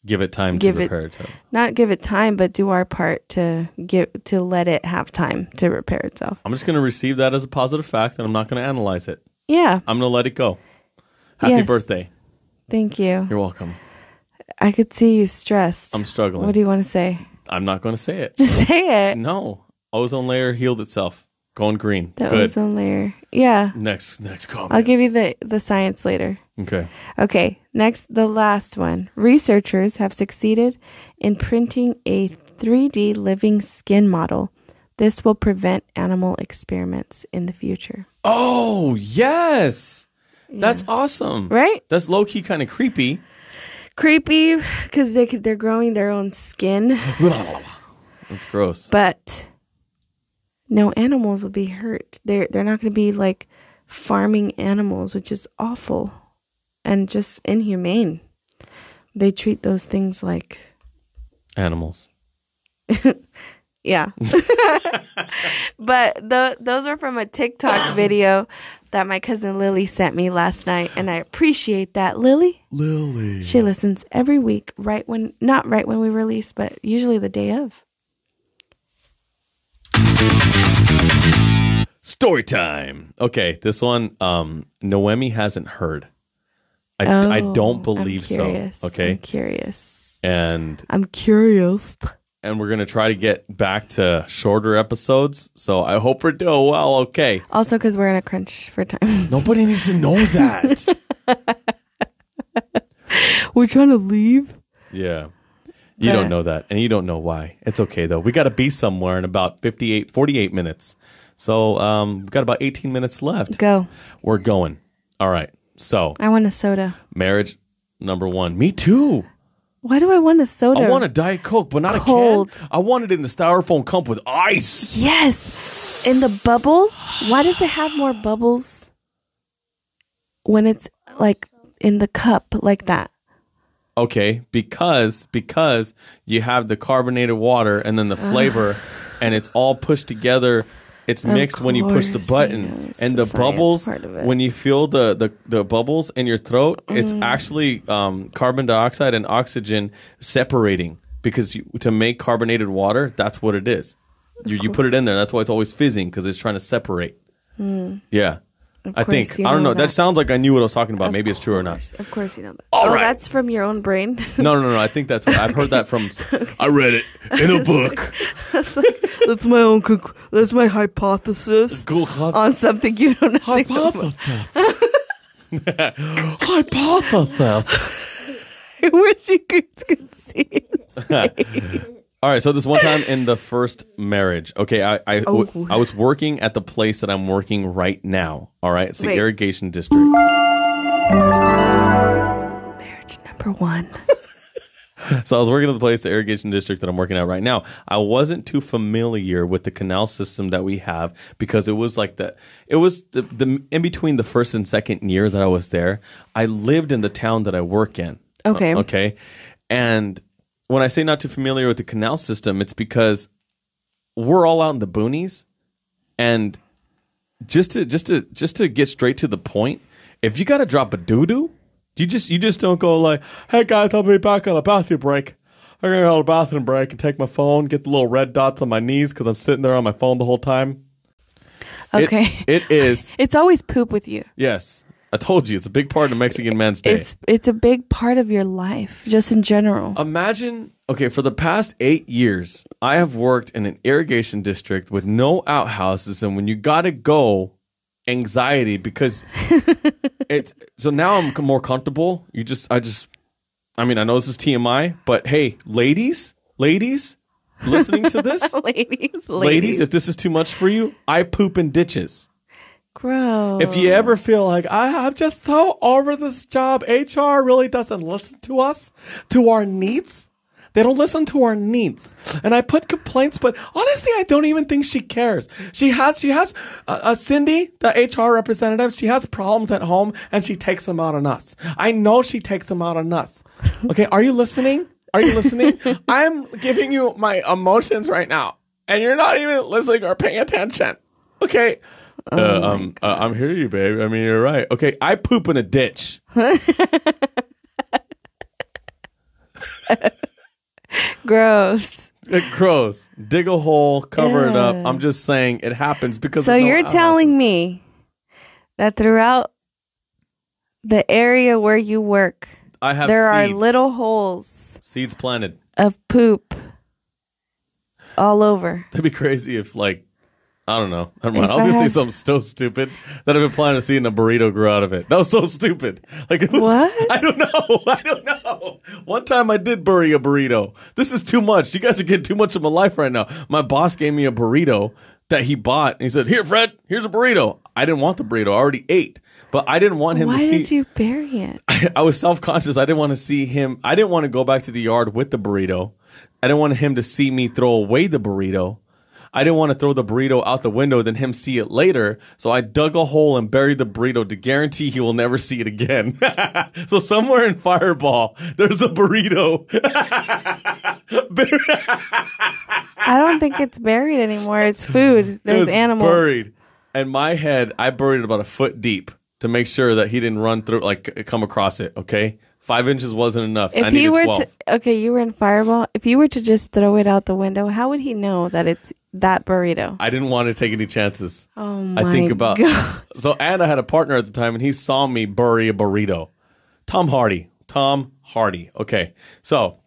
[SPEAKER 1] Give it time
[SPEAKER 2] Give
[SPEAKER 1] to
[SPEAKER 2] it-
[SPEAKER 1] repair itself.
[SPEAKER 2] not give it time but do our part to give to let it have time to repair itself
[SPEAKER 1] I'm just going to receive that as a positive fact, and I'm not going to analyze it.
[SPEAKER 2] yeah
[SPEAKER 1] I'm going to let it go. Happy
[SPEAKER 2] Yes.
[SPEAKER 1] birthday.
[SPEAKER 2] thank you
[SPEAKER 1] You're welcome.
[SPEAKER 2] i could see you stressed
[SPEAKER 1] I'm struggling.
[SPEAKER 2] what do you want to say
[SPEAKER 1] I'm not going to say it.
[SPEAKER 2] just say it
[SPEAKER 1] No, Ozone layer healed itself. Going green.
[SPEAKER 2] The
[SPEAKER 1] Good.
[SPEAKER 2] ozone layer. Yeah.
[SPEAKER 1] Next next comment.
[SPEAKER 2] I'll give you the, the science later.
[SPEAKER 1] okay.
[SPEAKER 2] Okay, next, the last one. Researchers have succeeded in printing a 3D living skin model. This will prevent animal experiments in the future.
[SPEAKER 1] Oh yes. That's awesome.
[SPEAKER 2] Right?
[SPEAKER 1] That's low key kind of creepy.
[SPEAKER 2] Creepy because they could, they're growing their own skin,
[SPEAKER 1] That's gross.
[SPEAKER 2] but no animals will be hurt. They're they're not going to be like farming animals, which is awful and just inhumane. They treat those things like
[SPEAKER 1] Animals.
[SPEAKER 2] Yeah. but tho- those are from a TikTok video that my cousin Lily sent me last night. And I appreciate that. Lily,
[SPEAKER 1] Lily.
[SPEAKER 2] she listens every week, right when, not right when we release, but usually the day of.
[SPEAKER 1] Story time. Okay, this one, um, Noemi hasn't heard. I, I don't
[SPEAKER 2] Oh, I'm
[SPEAKER 1] believe so.
[SPEAKER 2] curious. I'm
[SPEAKER 1] Okay,
[SPEAKER 2] curious.
[SPEAKER 1] and
[SPEAKER 2] I'm curious.
[SPEAKER 1] and we're gonna try to get back to shorter episodes. So I hope we're doing well. Okay,
[SPEAKER 2] Also, because we're in a crunch for time.
[SPEAKER 1] nobody needs to know that.
[SPEAKER 2] we're trying to leave.
[SPEAKER 1] yeah, you don't know that, and you don't know why. It's okay though. We got to be somewhere in about 58, 48 minutes. So um, we've got about eighteen minutes left.
[SPEAKER 2] Go.
[SPEAKER 1] We're going. All right. So
[SPEAKER 2] I want a soda.
[SPEAKER 1] marriage number one. Me too.
[SPEAKER 2] Why do I want a soda?
[SPEAKER 1] I want a Diet Coke, but not
[SPEAKER 2] Cold.
[SPEAKER 1] a can. I want it in the styrofoam cup with ice.
[SPEAKER 2] Yes. In the bubbles? Why does it have more bubbles when it's like in the cup like that?
[SPEAKER 1] Okay, because because you have the carbonated water and then the flavor, and it's all pushed together. It's mixed when you push the
[SPEAKER 2] course, I know,
[SPEAKER 1] button,
[SPEAKER 2] it's
[SPEAKER 1] and
[SPEAKER 2] the
[SPEAKER 1] the,
[SPEAKER 2] science
[SPEAKER 1] bubbles.
[SPEAKER 2] part of it. Mm.
[SPEAKER 1] When you feel the, the, the bubbles in your throat, it's actually um, carbon dioxide and oxygen separating because you, to make carbonated water, that's what it is. You, you put it in there. That's why it's always fizzing because it's trying to separate. Yeah. I
[SPEAKER 2] Mm. course
[SPEAKER 1] think.
[SPEAKER 2] you
[SPEAKER 1] I don't
[SPEAKER 2] know
[SPEAKER 1] know. That.
[SPEAKER 2] that.
[SPEAKER 1] sounds like I knew what I was talking about. Maybe it's true or not.
[SPEAKER 2] Of course you know that.
[SPEAKER 1] All
[SPEAKER 2] oh,
[SPEAKER 1] right.
[SPEAKER 2] that's from your own brain.
[SPEAKER 1] No, no, no, no. I think that's. I've heard that from. I read it in a book.
[SPEAKER 2] that's my own conc- that's my hypothesis on something you don't know. anything about.
[SPEAKER 1] Hypothesis. Hypothesis.
[SPEAKER 2] I wish you guys could see it.
[SPEAKER 1] All right. So this one time in the first marriage. Okay, I I, w-
[SPEAKER 2] Oh.
[SPEAKER 1] I was working at the place that I'm working right now. All right, it's the
[SPEAKER 2] Wait.
[SPEAKER 1] irrigation district.
[SPEAKER 2] Marriage number one.
[SPEAKER 1] So I was working at the place, the irrigation district that I'm working at right now. I wasn't too familiar with the canal system that we have because it was like the it was the, the in between the first and second year that I was there. I lived in the town that I work in.
[SPEAKER 2] Okay.
[SPEAKER 1] Okay. And when I say not too familiar with the canal system, it's because we're all out in the boonies and just to just to just to get straight to the point, if you gotta drop a doo doo, you just you just don't go like, hey guys, I'll be back on a bathroom break. I'm gonna go on a bathroom break and take my phone, get the little red dots on my knees because I'm sitting there on my phone the whole time. It-
[SPEAKER 2] Okay.
[SPEAKER 1] it is
[SPEAKER 2] it's always poop with you.
[SPEAKER 1] yes. I told you it's a big part of Mexican man's day.
[SPEAKER 2] It's it's a big part of your life, just in general.
[SPEAKER 1] Uh, Imagine, okay, for the past eight years, I have worked in an irrigation district with no outhouses, and when you gotta go, anxiety because it's so now I'm c- more comfortable. You just, I just, I mean, I know this is TMI, but hey, ladies, ladies, listening to this, ladies,
[SPEAKER 2] ladies, ladies,
[SPEAKER 1] if this is too much for you, I poop in ditches.
[SPEAKER 2] gross.
[SPEAKER 1] If you ever feel like I, I'm just so over this job, HR really doesn't listen to us, to our needs. They don't listen to our needs, and I put complaints. But honestly, I don't even think she cares. She has, she has, uh, uh, Cindy, the HR representative. She has problems at home, and she takes them out on us. I know she takes them out on us. Okay, are you listening? Are you listening? I'm giving you my emotions right now, and you're not even listening or paying attention. Okay.
[SPEAKER 2] Oh
[SPEAKER 1] Uh, um, uh, I'm here, you babe. I mean, you're right. Okay, I poop in a ditch.
[SPEAKER 2] gross.
[SPEAKER 1] It grows. Dig a hole, cover it up.
[SPEAKER 2] Yeah.
[SPEAKER 1] I'm just saying it happens because.
[SPEAKER 2] So
[SPEAKER 1] of no
[SPEAKER 2] you're
[SPEAKER 1] outhouses.
[SPEAKER 2] telling me that throughout the area where you work,
[SPEAKER 1] I have
[SPEAKER 2] there
[SPEAKER 1] seeds.
[SPEAKER 2] are little holes
[SPEAKER 1] seeds planted.
[SPEAKER 2] of poop all over.
[SPEAKER 1] That'd be crazy if like I don't know. Never mind.
[SPEAKER 2] If
[SPEAKER 1] I was
[SPEAKER 2] I
[SPEAKER 1] gonna say
[SPEAKER 2] had-
[SPEAKER 1] something so stupid that I've been planning to see in a burrito grow out of it. That was so stupid. Like it was,
[SPEAKER 2] What?
[SPEAKER 1] I don't know. I don't know. One time I did bury a burrito. This is too much. You guys are getting too much of my life right now. My boss gave me a burrito that he bought and he said, Here, Fred, here's a burrito. I didn't want the burrito. I already ate. But I didn't want him
[SPEAKER 2] Why
[SPEAKER 1] to see
[SPEAKER 2] did you bury it?
[SPEAKER 1] I was self conscious. I didn't want to see him. I didn't want to go back to the yard with the burrito. I didn't want him to see me throw away the burrito. I didn't want to throw the burrito out the window, then him see it later. So I dug a hole and buried the burrito to guarantee he will never see it again. so somewhere in Fireball, there's a burrito. Bur-
[SPEAKER 2] I don't think it's buried anymore. It's food.
[SPEAKER 1] It
[SPEAKER 2] There's
[SPEAKER 1] was
[SPEAKER 2] animals.
[SPEAKER 1] buried. And my head, I buried it about a foot deep to make sure that he didn't run through, like come across it. Okay, five inches wasn't enough.
[SPEAKER 2] If
[SPEAKER 1] I
[SPEAKER 2] he
[SPEAKER 1] needed
[SPEAKER 2] were
[SPEAKER 1] twelve.
[SPEAKER 2] to okay, you were in Fireball. If you were to just throw it out the window, how would he know that it's that burrito?
[SPEAKER 1] I didn't want to take any chances.
[SPEAKER 2] Oh my
[SPEAKER 1] I think about
[SPEAKER 2] God.
[SPEAKER 1] so Anna had a partner at the time, and he saw me bury a burrito. Tom Hardy. Tom Hardy. Okay, so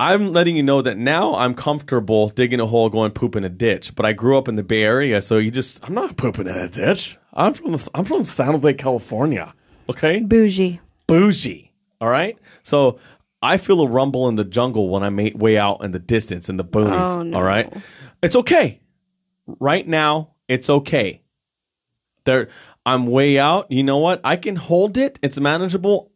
[SPEAKER 1] I'm letting you know that now I'm comfortable digging a hole, going poop in a ditch. But I grew up in the Bay Area, so you just I'm not pooping in a ditch.
[SPEAKER 3] I'm from I'm from San Jose, California.
[SPEAKER 1] Okay,
[SPEAKER 2] bougie.
[SPEAKER 1] bougie. All right. So I feel a rumble in the jungle when I'm eight- way out in the distance in the boonies.
[SPEAKER 2] Oh, no.
[SPEAKER 1] All right. It's okay. Right now, it's okay. There, I'm way out. You know what? I can hold it. It's manageable.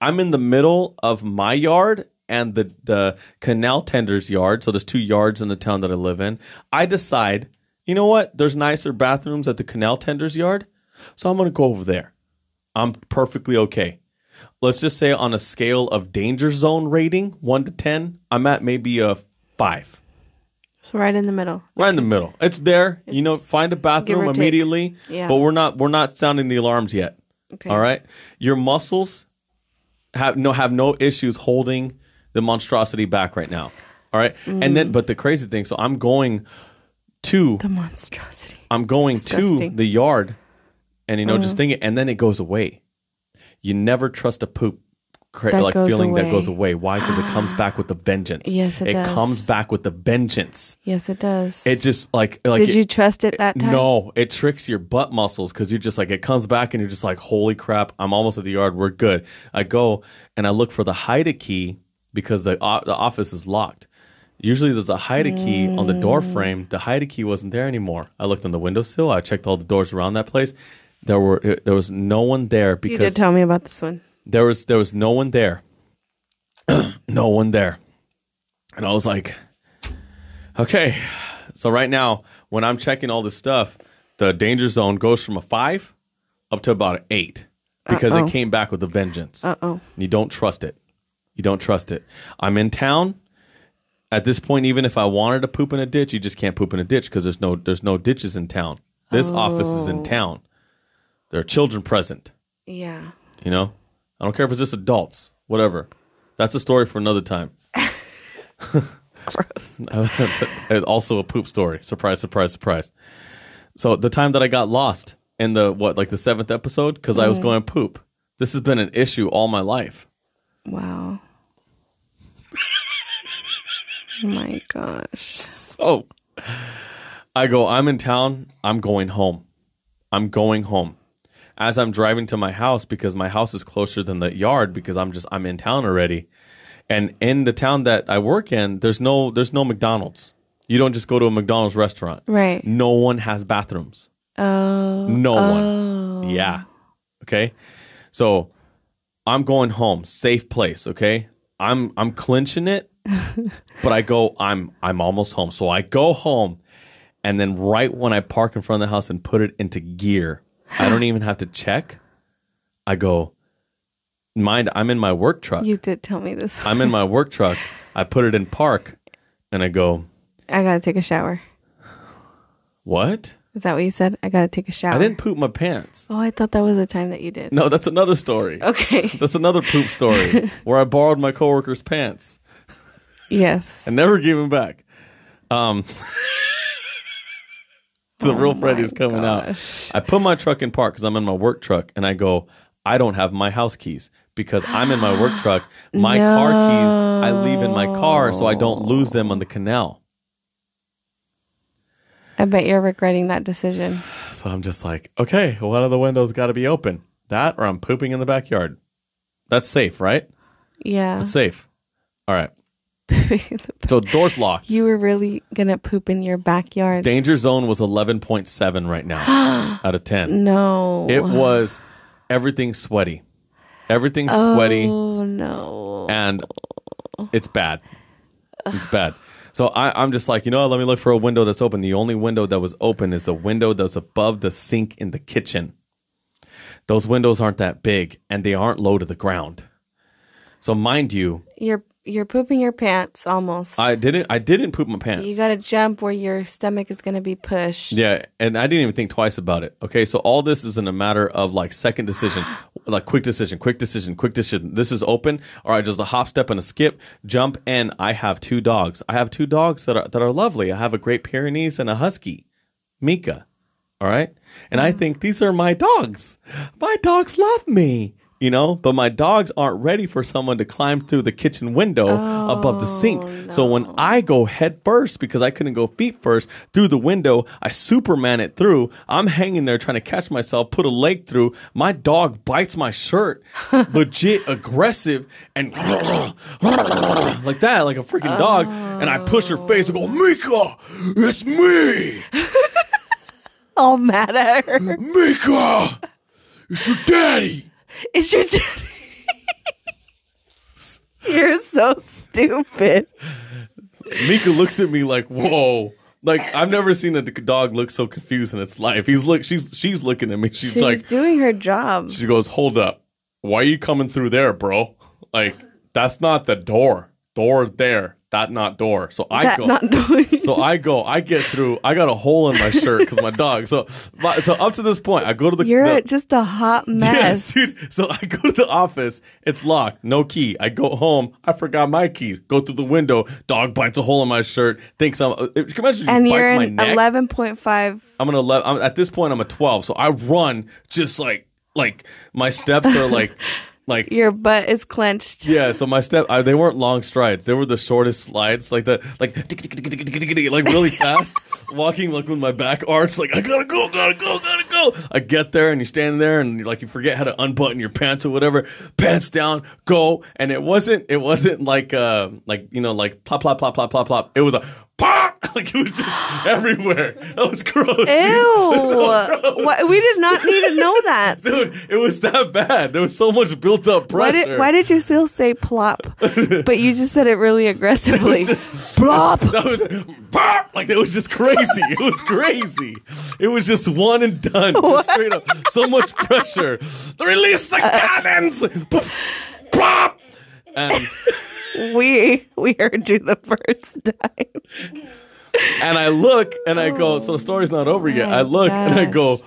[SPEAKER 1] I'm in the middle of my yard and the the canal tender's yard. So there's two yards in the town that I live in. I decide, you know what? There's nicer bathrooms at the canal tender's yard, so I'm gonna go over there. I'm perfectly okay. Let's just say on a scale of danger zone rating, one to ten, I'm at maybe a five.
[SPEAKER 2] It's right in the middle.
[SPEAKER 1] Right in the middle. It's there. you know, find a bathroom
[SPEAKER 2] take.
[SPEAKER 1] immediately.
[SPEAKER 2] Yeah.
[SPEAKER 1] But we're not we're not sounding the alarms yet.
[SPEAKER 2] Okay.
[SPEAKER 1] All right. Your muscles have no have no issues holding the monstrosity back right now. All right. And then but the crazy thing, so I'm going to
[SPEAKER 2] Mm. The monstrosity.
[SPEAKER 1] I'm going to
[SPEAKER 2] disgusting. Mm.
[SPEAKER 1] the yard and you know, just think it and then it goes away. You never trust a poop cra-
[SPEAKER 2] That
[SPEAKER 1] like
[SPEAKER 2] goes
[SPEAKER 1] feeling that goes
[SPEAKER 2] away.
[SPEAKER 1] away. Why? Because it comes back with a vengeance.
[SPEAKER 2] Yes, it does.
[SPEAKER 1] comes back with a vengeance.
[SPEAKER 2] Yes, it does.
[SPEAKER 1] It just like like
[SPEAKER 2] Did
[SPEAKER 1] it-
[SPEAKER 2] you trust it that time?
[SPEAKER 1] no, it tricks your butt muscles because you're just like it comes back and you're just like, holy crap, I'm almost at the yard. We're good. I go and I look for the hide a key because the o the office is locked. Usually there's a hide a key on the door
[SPEAKER 2] Mm.
[SPEAKER 1] frame. The hide a key wasn't there anymore. I looked on the windowsill. I checked all the doors around that place. There were eh, there was no one there
[SPEAKER 2] You did
[SPEAKER 1] because
[SPEAKER 2] tell me about this one.
[SPEAKER 1] there was there was no one there. no one there. And I was like, okay. So right now, when I'm checking all this stuff, the danger zone goes from a five up to about an eight because
[SPEAKER 2] Uh-oh.
[SPEAKER 1] it came back with a vengeance.
[SPEAKER 2] Uh oh.
[SPEAKER 1] You don't trust it. You don't trust it. I'm in town. At this point, even if I wanted to poop in a ditch, you just can't poop in a ditch because there's no there's no ditches in town. This office is in town. There are children present.
[SPEAKER 2] Yeah.
[SPEAKER 1] You know, I don't care if it's just adults, whatever. That's a story for another time.
[SPEAKER 2] Gross.
[SPEAKER 1] It's also a poop story. Surprise, surprise, surprise. So the time that I got lost in the what, like the seventh episode, because I was going poop. This has been an issue all my life.
[SPEAKER 2] Wow. oh my gosh.
[SPEAKER 1] So I go. I'm in town. I'm going home. I'm going home. As I'm driving to my house because my house is closer than the yard because I'm just I'm in town already. and in the town that I work in, there's no there's no McDonald's. You don't just go to a McDonald's restaurant.
[SPEAKER 2] Right.
[SPEAKER 1] No one has bathrooms.
[SPEAKER 2] Oh.
[SPEAKER 1] No one. Yeah. Okay. So I'm going home, safe place, okay? I'm I'm clinching it, but I go I'm I'm almost home. So I go home and then right when I park in front of the house and put it into gear, I don't even have to check. I go mind I'm in my work truck.
[SPEAKER 2] You did tell me this.
[SPEAKER 1] I'm in my work truck. I put it in park, and I go,
[SPEAKER 2] I gotta take a shower.
[SPEAKER 1] "What?
[SPEAKER 2] Is that what you said? I gotta take a shower.
[SPEAKER 1] I didn't poop my pants."
[SPEAKER 2] Oh, I thought that was the time that you did.
[SPEAKER 1] No, that's another story.
[SPEAKER 2] Okay.
[SPEAKER 1] That's another poop story where I borrowed my coworker's pants
[SPEAKER 2] yes.
[SPEAKER 1] and never gave them back. Um, the real Freddy's coming out. I put my truck in park because I'm in my work truck, and I go, "I don't have my house keys." Because I'm in my work truck, my car keys I leave in my car so I don't lose them on the canal.
[SPEAKER 2] I bet you're regretting that decision.
[SPEAKER 1] So I'm just like, okay, one of the windows got to be open. That or I'm pooping in the backyard. That's safe, right?
[SPEAKER 2] Yeah.
[SPEAKER 1] That's safe. All right. So doors locked.
[SPEAKER 2] you were really gonna poop in your backyard.
[SPEAKER 1] Danger zone was 11.7 right now out of 10.
[SPEAKER 2] No.
[SPEAKER 1] It was everything sweaty. Everything sweaty.
[SPEAKER 2] Oh no.
[SPEAKER 1] and it's bad. It's bad. So I, I'm just like, you know, what, let me look for a window that's open. The only window that was open is the window that's above the sink in the kitchen. Those windows aren't that big and they aren't low to the ground. So mind you,
[SPEAKER 2] You're you're pooping your pants almost.
[SPEAKER 1] I didn't I didn't poop my pants.
[SPEAKER 2] you gotta jump where your stomach is gonna be pushed.
[SPEAKER 1] Yeah, and I didn't even think twice about it. Okay, so all this is in a matter of like second decision, like quick decision, quick decision, quick decision. This is open. All right, just a hop, step, and a skip, jump, and I have two dogs. I have two dogs that are that are lovely. I have a Great Pyrenees and a Husky, Mika. All right, and I think these are my dogs. My dogs love me. You know, but my dogs aren't ready for someone to climb through the kitchen window above the sink. So when I go head first because I couldn't go feet first through the window, I Superman it through. I'm hanging there trying to catch myself, put a leg through. My dog bites my shirt, legit aggressive and like that, like a freaking dog. And I push her face and go, Mika, it's me,
[SPEAKER 2] All mad at her.
[SPEAKER 1] Mika, it's your daddy.
[SPEAKER 2] Is your daddy? You're so stupid.
[SPEAKER 1] Mika looks at me like, "Whoa." Like I've never seen a d- dog look so confused in its life. He's look, she's she's looking at me. She's,
[SPEAKER 2] She's
[SPEAKER 1] like,
[SPEAKER 2] doing her job.
[SPEAKER 1] she goes, "Hold up, why are you coming through there, bro? Like that's not the door. Door there, that not door." So I
[SPEAKER 2] That
[SPEAKER 1] go,
[SPEAKER 2] not doing.
[SPEAKER 1] so I go, I get through. I got a hole in my shirt because my dog. So my, so up to this point, I go to the
[SPEAKER 2] You're
[SPEAKER 1] the-
[SPEAKER 2] a- just a hot
[SPEAKER 1] Yes,
[SPEAKER 2] mess.
[SPEAKER 1] dude. So I go to the office. It's locked. No key. I go home. I forgot my keys. Go through the window. Dog bites a hole in my shirt. Thinks I'm. uh, Can you imagine?
[SPEAKER 2] and
[SPEAKER 1] he
[SPEAKER 2] you're
[SPEAKER 1] bites my
[SPEAKER 2] an
[SPEAKER 1] neck.
[SPEAKER 2] eleven point five.
[SPEAKER 1] I'm an eleven. I'm, at this point, I'm a twelve. So I run just like like my steps are like like
[SPEAKER 2] Your butt is clenched.
[SPEAKER 1] yeah, so my step I, they weren't long strides. They were the shortest slides, like the like tick, tick, tick, tick, tick, tick, tick, tick, like really fast, walking like with my back arched, like I gotta go, gotta go, gotta go. I get there and you're standing there and you're like you forget how to unbutton your pants or whatever, pants down, go. And it wasn't it wasn't like uh like you know like plop plop plop plop plop plop. It was a pop like it was just everywhere. That was gross.
[SPEAKER 2] Ew!
[SPEAKER 1] dude.
[SPEAKER 2] Why- we did not need to know that.
[SPEAKER 1] Dude, it was that bad. There was so much built up
[SPEAKER 2] Why
[SPEAKER 1] pressure.
[SPEAKER 2] did, why did you still say plop? but you just said it really aggressively. plop!
[SPEAKER 1] That was burp! like that was just crazy. It was crazy. It was just one and done. Just straight up. So much pressure. Release the cannons. Poof, plop. And
[SPEAKER 2] We we heard you the first time.
[SPEAKER 1] and I look and I go, so the story's not over yet.
[SPEAKER 2] Oh my
[SPEAKER 1] I look and I
[SPEAKER 2] gosh.
[SPEAKER 1] go,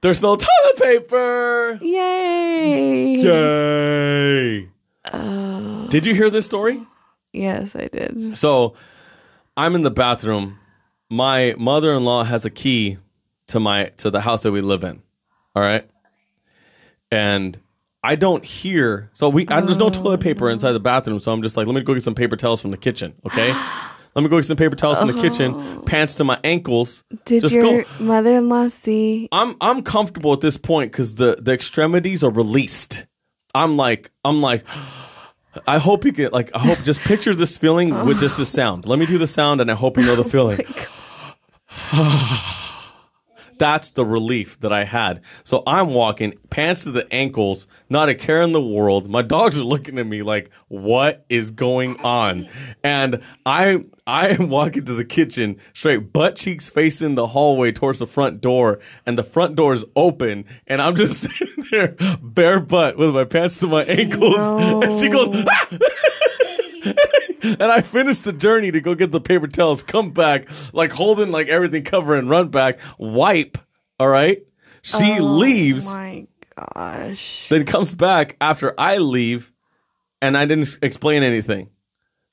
[SPEAKER 1] there's no toilet paper.
[SPEAKER 2] Yay!
[SPEAKER 1] Yay.
[SPEAKER 2] Oh.
[SPEAKER 1] Did you hear this story?
[SPEAKER 2] Yes, I did.
[SPEAKER 1] So I'm in the bathroom. My mother-in-law has a key to my to the house that we live in. All right. And I don't hear so we I, there's no toilet paper inside the bathroom, so I'm just like, let me go get some paper towels from the kitchen, okay? let me go get some paper towels from the kitchen, pants to my ankles.
[SPEAKER 2] Uh-huh. Did
[SPEAKER 1] just
[SPEAKER 2] your
[SPEAKER 1] go.
[SPEAKER 2] mother-in-law see?
[SPEAKER 1] I'm I'm comfortable at this point because the the extremities are released. I'm like I'm like. I hope you get like I hope just picture this feeling with just the sound. Let me do the sound and I hope you know the feeling. That's the relief that I had. So I'm walking pants to the ankles, not a care in the world. My dogs are looking at me like, "What is going on?" And I I am walking to the kitchen, straight butt cheeks facing the hallway towards the front door, and the front door is open, and I'm just sitting there bare butt with my pants to my ankles, and she goes, "Ah!" and I finished the journey to go get the paper towels, come back, like holding like everything covered and run back, wipe, all right? She leaves,
[SPEAKER 2] Oh, My gosh.
[SPEAKER 1] then comes back after I leave, and I didn't s- explain anything.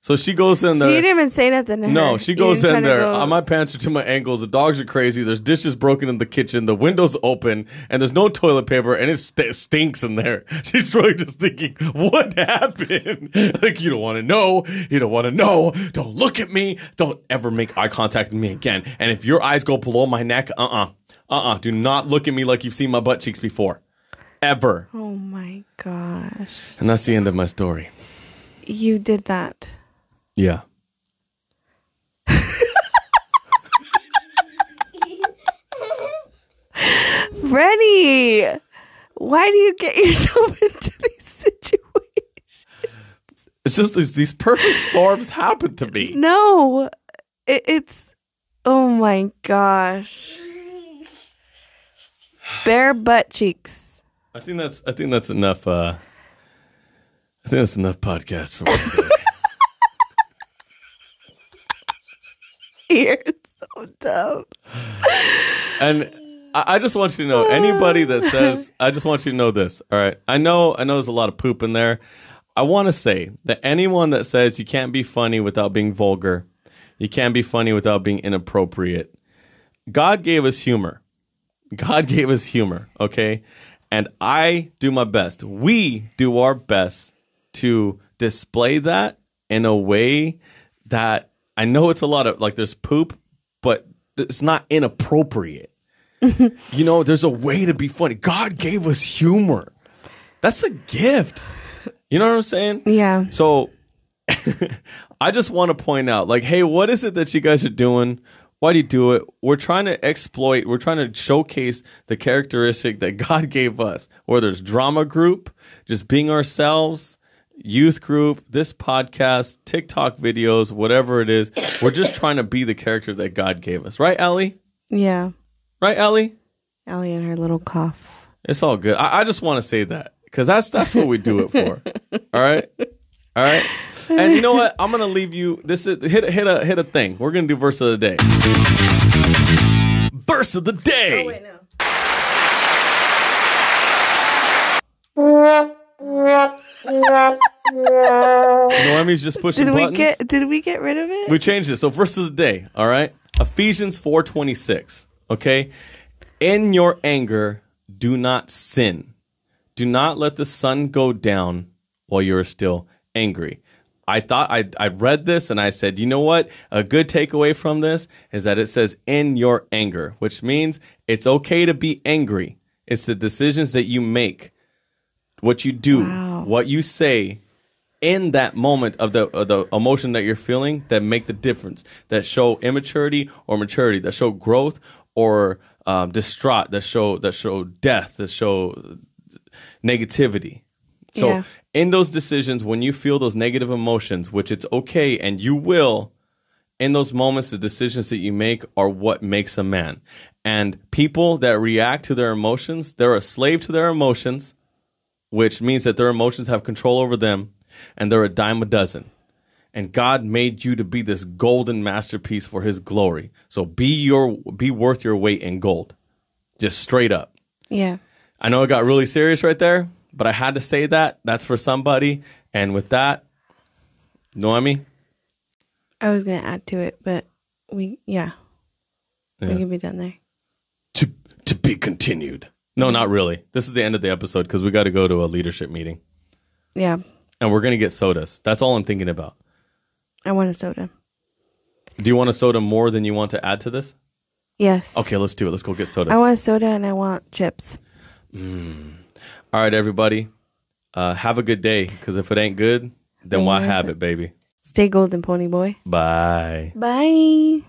[SPEAKER 1] So she goes in
[SPEAKER 2] So you
[SPEAKER 1] there.
[SPEAKER 2] didn't even say nothing to her.
[SPEAKER 1] No, she
[SPEAKER 2] You
[SPEAKER 1] goes
[SPEAKER 2] didn't
[SPEAKER 1] in
[SPEAKER 2] try to
[SPEAKER 1] there.
[SPEAKER 2] go-
[SPEAKER 1] Uh, My pants are to my ankles. The dogs are crazy. There's dishes broken in the kitchen. The windows open, and there's no toilet paper, and it st- stinks in there. She's really just thinking, what happened? like you don't want to know. You don't want to know. Don't look at me. Don't ever make eye contact with me again. And if your eyes go below my neck, uh uh-uh, uh, do not look at me like you've seen my butt cheeks before, ever.
[SPEAKER 2] oh my gosh.
[SPEAKER 1] And that's the end of my story.
[SPEAKER 2] You did that.
[SPEAKER 1] Yeah.
[SPEAKER 2] Rennie, why do you get yourself into these situations?
[SPEAKER 1] It's just these, these perfect storms happen to me.
[SPEAKER 2] No, it, it's. Oh my gosh. Bare butt cheeks.
[SPEAKER 1] I think that's I think that's enough. Uh, I think that's enough podcast for one day.
[SPEAKER 2] You're so dumb.
[SPEAKER 1] and I, I just want you to know anybody that says I just want you to know this. All right, I know I know there's a lot of poop in there. I want to say that anyone that says you can't be funny without being vulgar, you can't be funny without being inappropriate. God gave us humor. God gave us humor, okay? And I do my best. We do our best to display that in a way that I know it's a lot of like there's poop, but it's not inappropriate. you know, there's a way to be funny. God gave us humor. That's a gift. You know what I'm saying?
[SPEAKER 2] Yeah.
[SPEAKER 1] So I just want to point out, like, hey, what is it that you guys are doing? Why do you do it? We're trying to exploit, we're trying to showcase the characteristic that God gave us, whether it's drama group, just being ourselves, youth group, this podcast, TikTok videos, whatever it is. We're just trying to be the character that God gave us. Right, Ellie?
[SPEAKER 2] Yeah.
[SPEAKER 1] Right, Ellie?
[SPEAKER 2] Ellie and her little cough.
[SPEAKER 1] It's all good. I, I just want to say that because that's that's what we do it for. all right, all right. And you know what? I'm gonna leave you. This is hit a- hit a hit a thing. We're gonna do verse of the day. Verse of the day.
[SPEAKER 2] no.
[SPEAKER 1] Noemi's just pushing
[SPEAKER 2] Did
[SPEAKER 1] buttons.
[SPEAKER 2] we get did we get rid of it?
[SPEAKER 1] We changed it. So verse of the day. All right. Ephesians 4:26. Okay. In your anger, do not sin. Do not let the sun go down while you are still angry. I thought I I read this and I said, you know what? A good takeaway from this is that it says in your anger, which means it's okay to be angry. It's the decisions that you make, what you do,
[SPEAKER 2] Wow.
[SPEAKER 1] what you say, in that moment of the of the emotion that you're feeling that make the difference that show immaturity or maturity that show growth or um, distraught that show that show death that show negativity so
[SPEAKER 2] Yeah.
[SPEAKER 1] in those decisions when you feel those negative emotions which it's okay and you will in those moments, the decisions that you make are what makes a man. And people that react to their emotions, they're a slave to their emotions, which means that their emotions have control over them and they're a dime a dozen. And God made you to be this golden masterpiece for his glory. So be your be worth your weight in gold. Just straight up.
[SPEAKER 2] yeah.
[SPEAKER 1] I know it got really serious right there, but I had to say that. That's for somebody. And with that, Noemi,
[SPEAKER 2] I was gonna add to it, but we yeah. We can be done there.
[SPEAKER 1] to to be continued. No, not really. This is the end of the episode because we got to go to a leadership meeting
[SPEAKER 2] Yeah.
[SPEAKER 1] and we're gonna get sodas. That's all I'm thinking about.
[SPEAKER 2] I want a soda.
[SPEAKER 1] Do you want a soda more than you want to add to this?
[SPEAKER 2] Yes.
[SPEAKER 1] Okay, let's do it. Let's go get sodas.
[SPEAKER 2] I want a soda and I want chips.
[SPEAKER 1] all right, everybody, uh, have a good day. Because if it ain't good, then why have it, baby?
[SPEAKER 2] Stay golden, pony boy.
[SPEAKER 1] Bye.
[SPEAKER 2] Bye.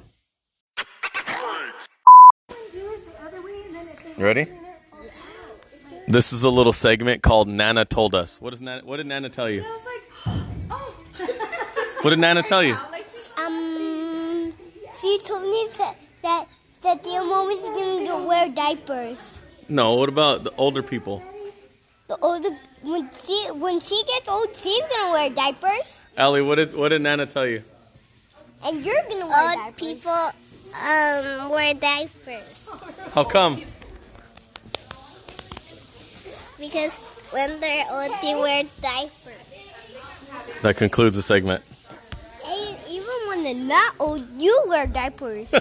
[SPEAKER 1] Ready? This is a little segment called Nana Told Us. What, is Nana, what did Nana tell you? oh. What did Nana tell you?
[SPEAKER 4] Um, she told me that that, that their mom is going to wear diapers.
[SPEAKER 1] No, what about the older people?
[SPEAKER 4] The older when she when she gets old, she's going to wear diapers,
[SPEAKER 1] Ellie, what did, what did Nana tell you?
[SPEAKER 4] and you're going to wear diapers. Old people um wear diapers
[SPEAKER 1] How come?
[SPEAKER 4] because when they're old, they wear diapers.
[SPEAKER 1] That concludes the segment.
[SPEAKER 4] when not old, you wear diapers.